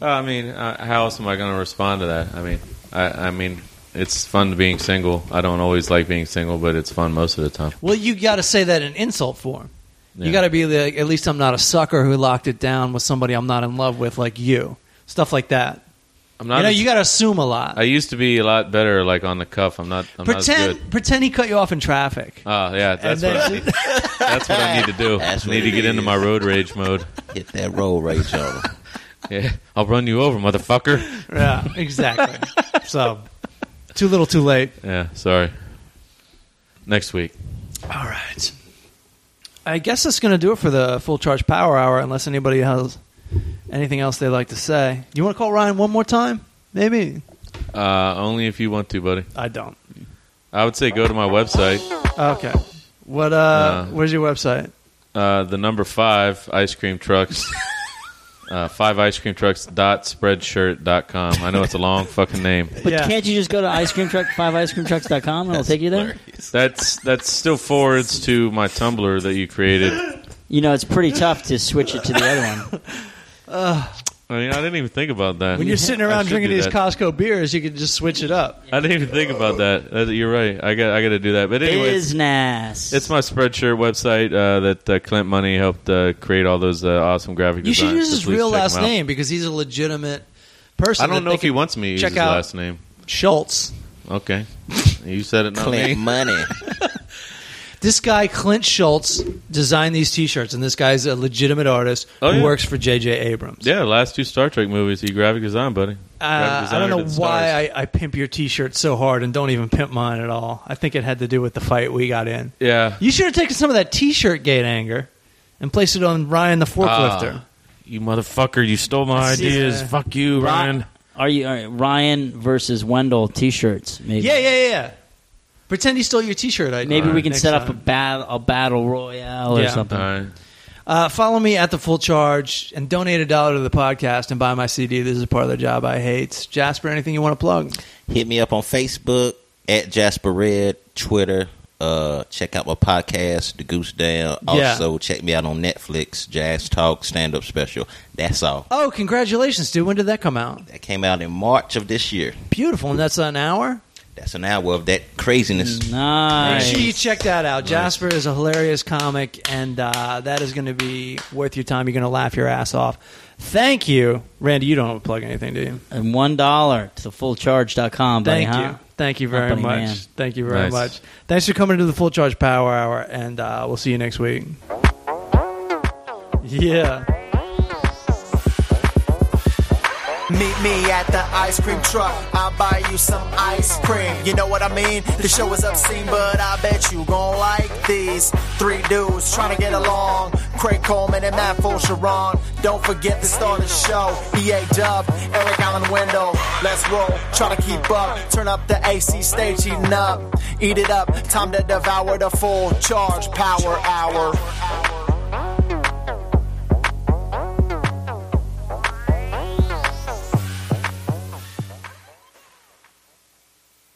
Speaker 2: Uh, I mean, uh, how else am I going to respond to that? I mean, I, I mean, it's fun being single. I don't always like being single, but it's fun most of the time.
Speaker 1: Well, you got to say that in insult form.
Speaker 2: Yeah.
Speaker 1: You got to be like, at least I'm not a sucker who locked it down with somebody I'm not in love with, like you. Stuff like that.
Speaker 2: I'm
Speaker 1: you know,
Speaker 2: as-
Speaker 1: you got to assume a lot.
Speaker 2: I used to be a lot better, like on the cuff. I'm not. I'm not as good.
Speaker 1: pretend, pretend he cut you off in traffic.
Speaker 2: Oh yeah, that's
Speaker 1: then-
Speaker 2: what I need. That's what I need to do.
Speaker 3: That's
Speaker 2: I
Speaker 3: what
Speaker 2: need to
Speaker 3: it
Speaker 2: get into
Speaker 3: is.
Speaker 2: my road rage mode.
Speaker 3: Hit that roll rage on him.
Speaker 2: Yeah, I'll run you over, motherfucker.
Speaker 1: Yeah, exactly. so, too little, too late.
Speaker 2: Yeah, sorry. Next week.
Speaker 1: All right. I guess that's going to do it for the full charge power hour, unless anybody has anything else they'd like to say. You want to call Ryan one more time? Maybe.
Speaker 2: Uh, only if you want to, buddy.
Speaker 1: I don't.
Speaker 2: I would say go to my website,
Speaker 1: Okay. What? Uh,
Speaker 2: Uh,
Speaker 1: where's your website?
Speaker 2: uh, the number five ice cream trucks, uh, five ice cream trucks dot spreadshirt dot com. I know it's a long fucking name.
Speaker 5: But
Speaker 1: Yeah.
Speaker 5: can't you just go to ice cream truck, five ice cream trucks.com and it'll take you there?
Speaker 2: That's that's still forwards to my Tumblr that you created.
Speaker 5: You know, it's pretty tough to switch it to the other one.
Speaker 2: I mean, I didn't even think about that.
Speaker 1: When you're sitting
Speaker 2: I
Speaker 1: around
Speaker 2: should
Speaker 1: drinking
Speaker 2: do
Speaker 1: these
Speaker 2: that.
Speaker 1: Costco beers, you can just switch it up.
Speaker 2: I didn't even think about that. That- You're right. I got I got to do that. But anyway,
Speaker 5: Business.
Speaker 2: it's my Spreadshirt website uh, that uh, Clint Money helped uh, create all those uh, awesome graphic
Speaker 1: You
Speaker 2: designs.
Speaker 1: should use
Speaker 2: so
Speaker 1: his
Speaker 2: please
Speaker 1: real
Speaker 2: check
Speaker 1: last
Speaker 2: them out.
Speaker 1: name because he's a legitimate person.
Speaker 2: I don't
Speaker 1: that
Speaker 2: know
Speaker 1: they
Speaker 2: if he
Speaker 1: could-
Speaker 2: wants me to use
Speaker 1: check
Speaker 2: his
Speaker 1: out-
Speaker 2: last name.
Speaker 1: Schultz.
Speaker 2: Okay. You said it, not
Speaker 3: Clint
Speaker 2: me.
Speaker 3: money.
Speaker 1: This guy Clint Schultz designed these T-shirts, and this guy's a legitimate artist
Speaker 2: Oh,
Speaker 1: who
Speaker 2: yeah.
Speaker 1: works for J.J. Abrams.
Speaker 2: Yeah, last two Star Trek movies, he graphic design, buddy.
Speaker 1: Uh, I don't know why I, I pimp your T-shirt so hard and don't even pimp mine at all. I think it had to do with the fight we got in.
Speaker 2: yeah.
Speaker 1: You should have taken some of that T-shirt gate anger and placed it on Ryan the forklifter.
Speaker 2: Ah. You motherfucker, you stole my ideas.
Speaker 1: Yeah.
Speaker 2: Fuck you, Ryan.
Speaker 5: Are you all right, Ryan versus Wendell T-shirts? Maybe.
Speaker 1: yeah, yeah, yeah. Pretend he stole your T-shirt idea.
Speaker 5: Maybe we can
Speaker 1: next
Speaker 5: set up a
Speaker 1: time.
Speaker 5: battle, a battle royale or
Speaker 1: Yeah.
Speaker 5: something.
Speaker 2: All right.
Speaker 1: Uh, follow me at the full charge and donate a dollar to the podcast and buy my CD. This is part of the job I hate. Jasper, anything you want to plug?
Speaker 3: Hit me up on Facebook at Jasper Red, Twitter. Uh, check out my podcast, The Goose Down.
Speaker 1: Yeah.
Speaker 3: Also, check me out on Netflix, Jazz Talk Stand Up Special. That's all.
Speaker 1: Oh, congratulations, dude. When did that come out?
Speaker 3: That came out in March of this year.
Speaker 1: Beautiful. And that's an hour?
Speaker 3: That's an hour of that craziness.
Speaker 1: Make
Speaker 5: Nice.
Speaker 1: sure you check that out. Jasper is a hilarious comic, and uh, that is going to be worth your time. You're going to laugh your ass off. Thank you. Randy, you don't have to plug anything, do you?
Speaker 5: And one dollar to the fullcharge.com, buddy,
Speaker 1: Thank
Speaker 5: huh?
Speaker 1: you. Thank you very
Speaker 5: Company
Speaker 1: much.
Speaker 5: man.
Speaker 1: Thank you very
Speaker 2: Nice.
Speaker 1: much. Thanks for coming to the Full Charge Power Hour, and uh, we'll see you next week. Yeah.
Speaker 4: Meet me at the ice cream truck. I'll buy you some ice cream. You know what I mean? The show is obscene, but I bet you gon' like these three dudes trying to get along. Craig Coleman and Matt Fulcheron. Don't forget to start the show. EA Dub, Eric Allen Window. Let's roll. Try to keep up. Turn up the AC stage, heating up. Eat it up. Time to devour the full charge power hour.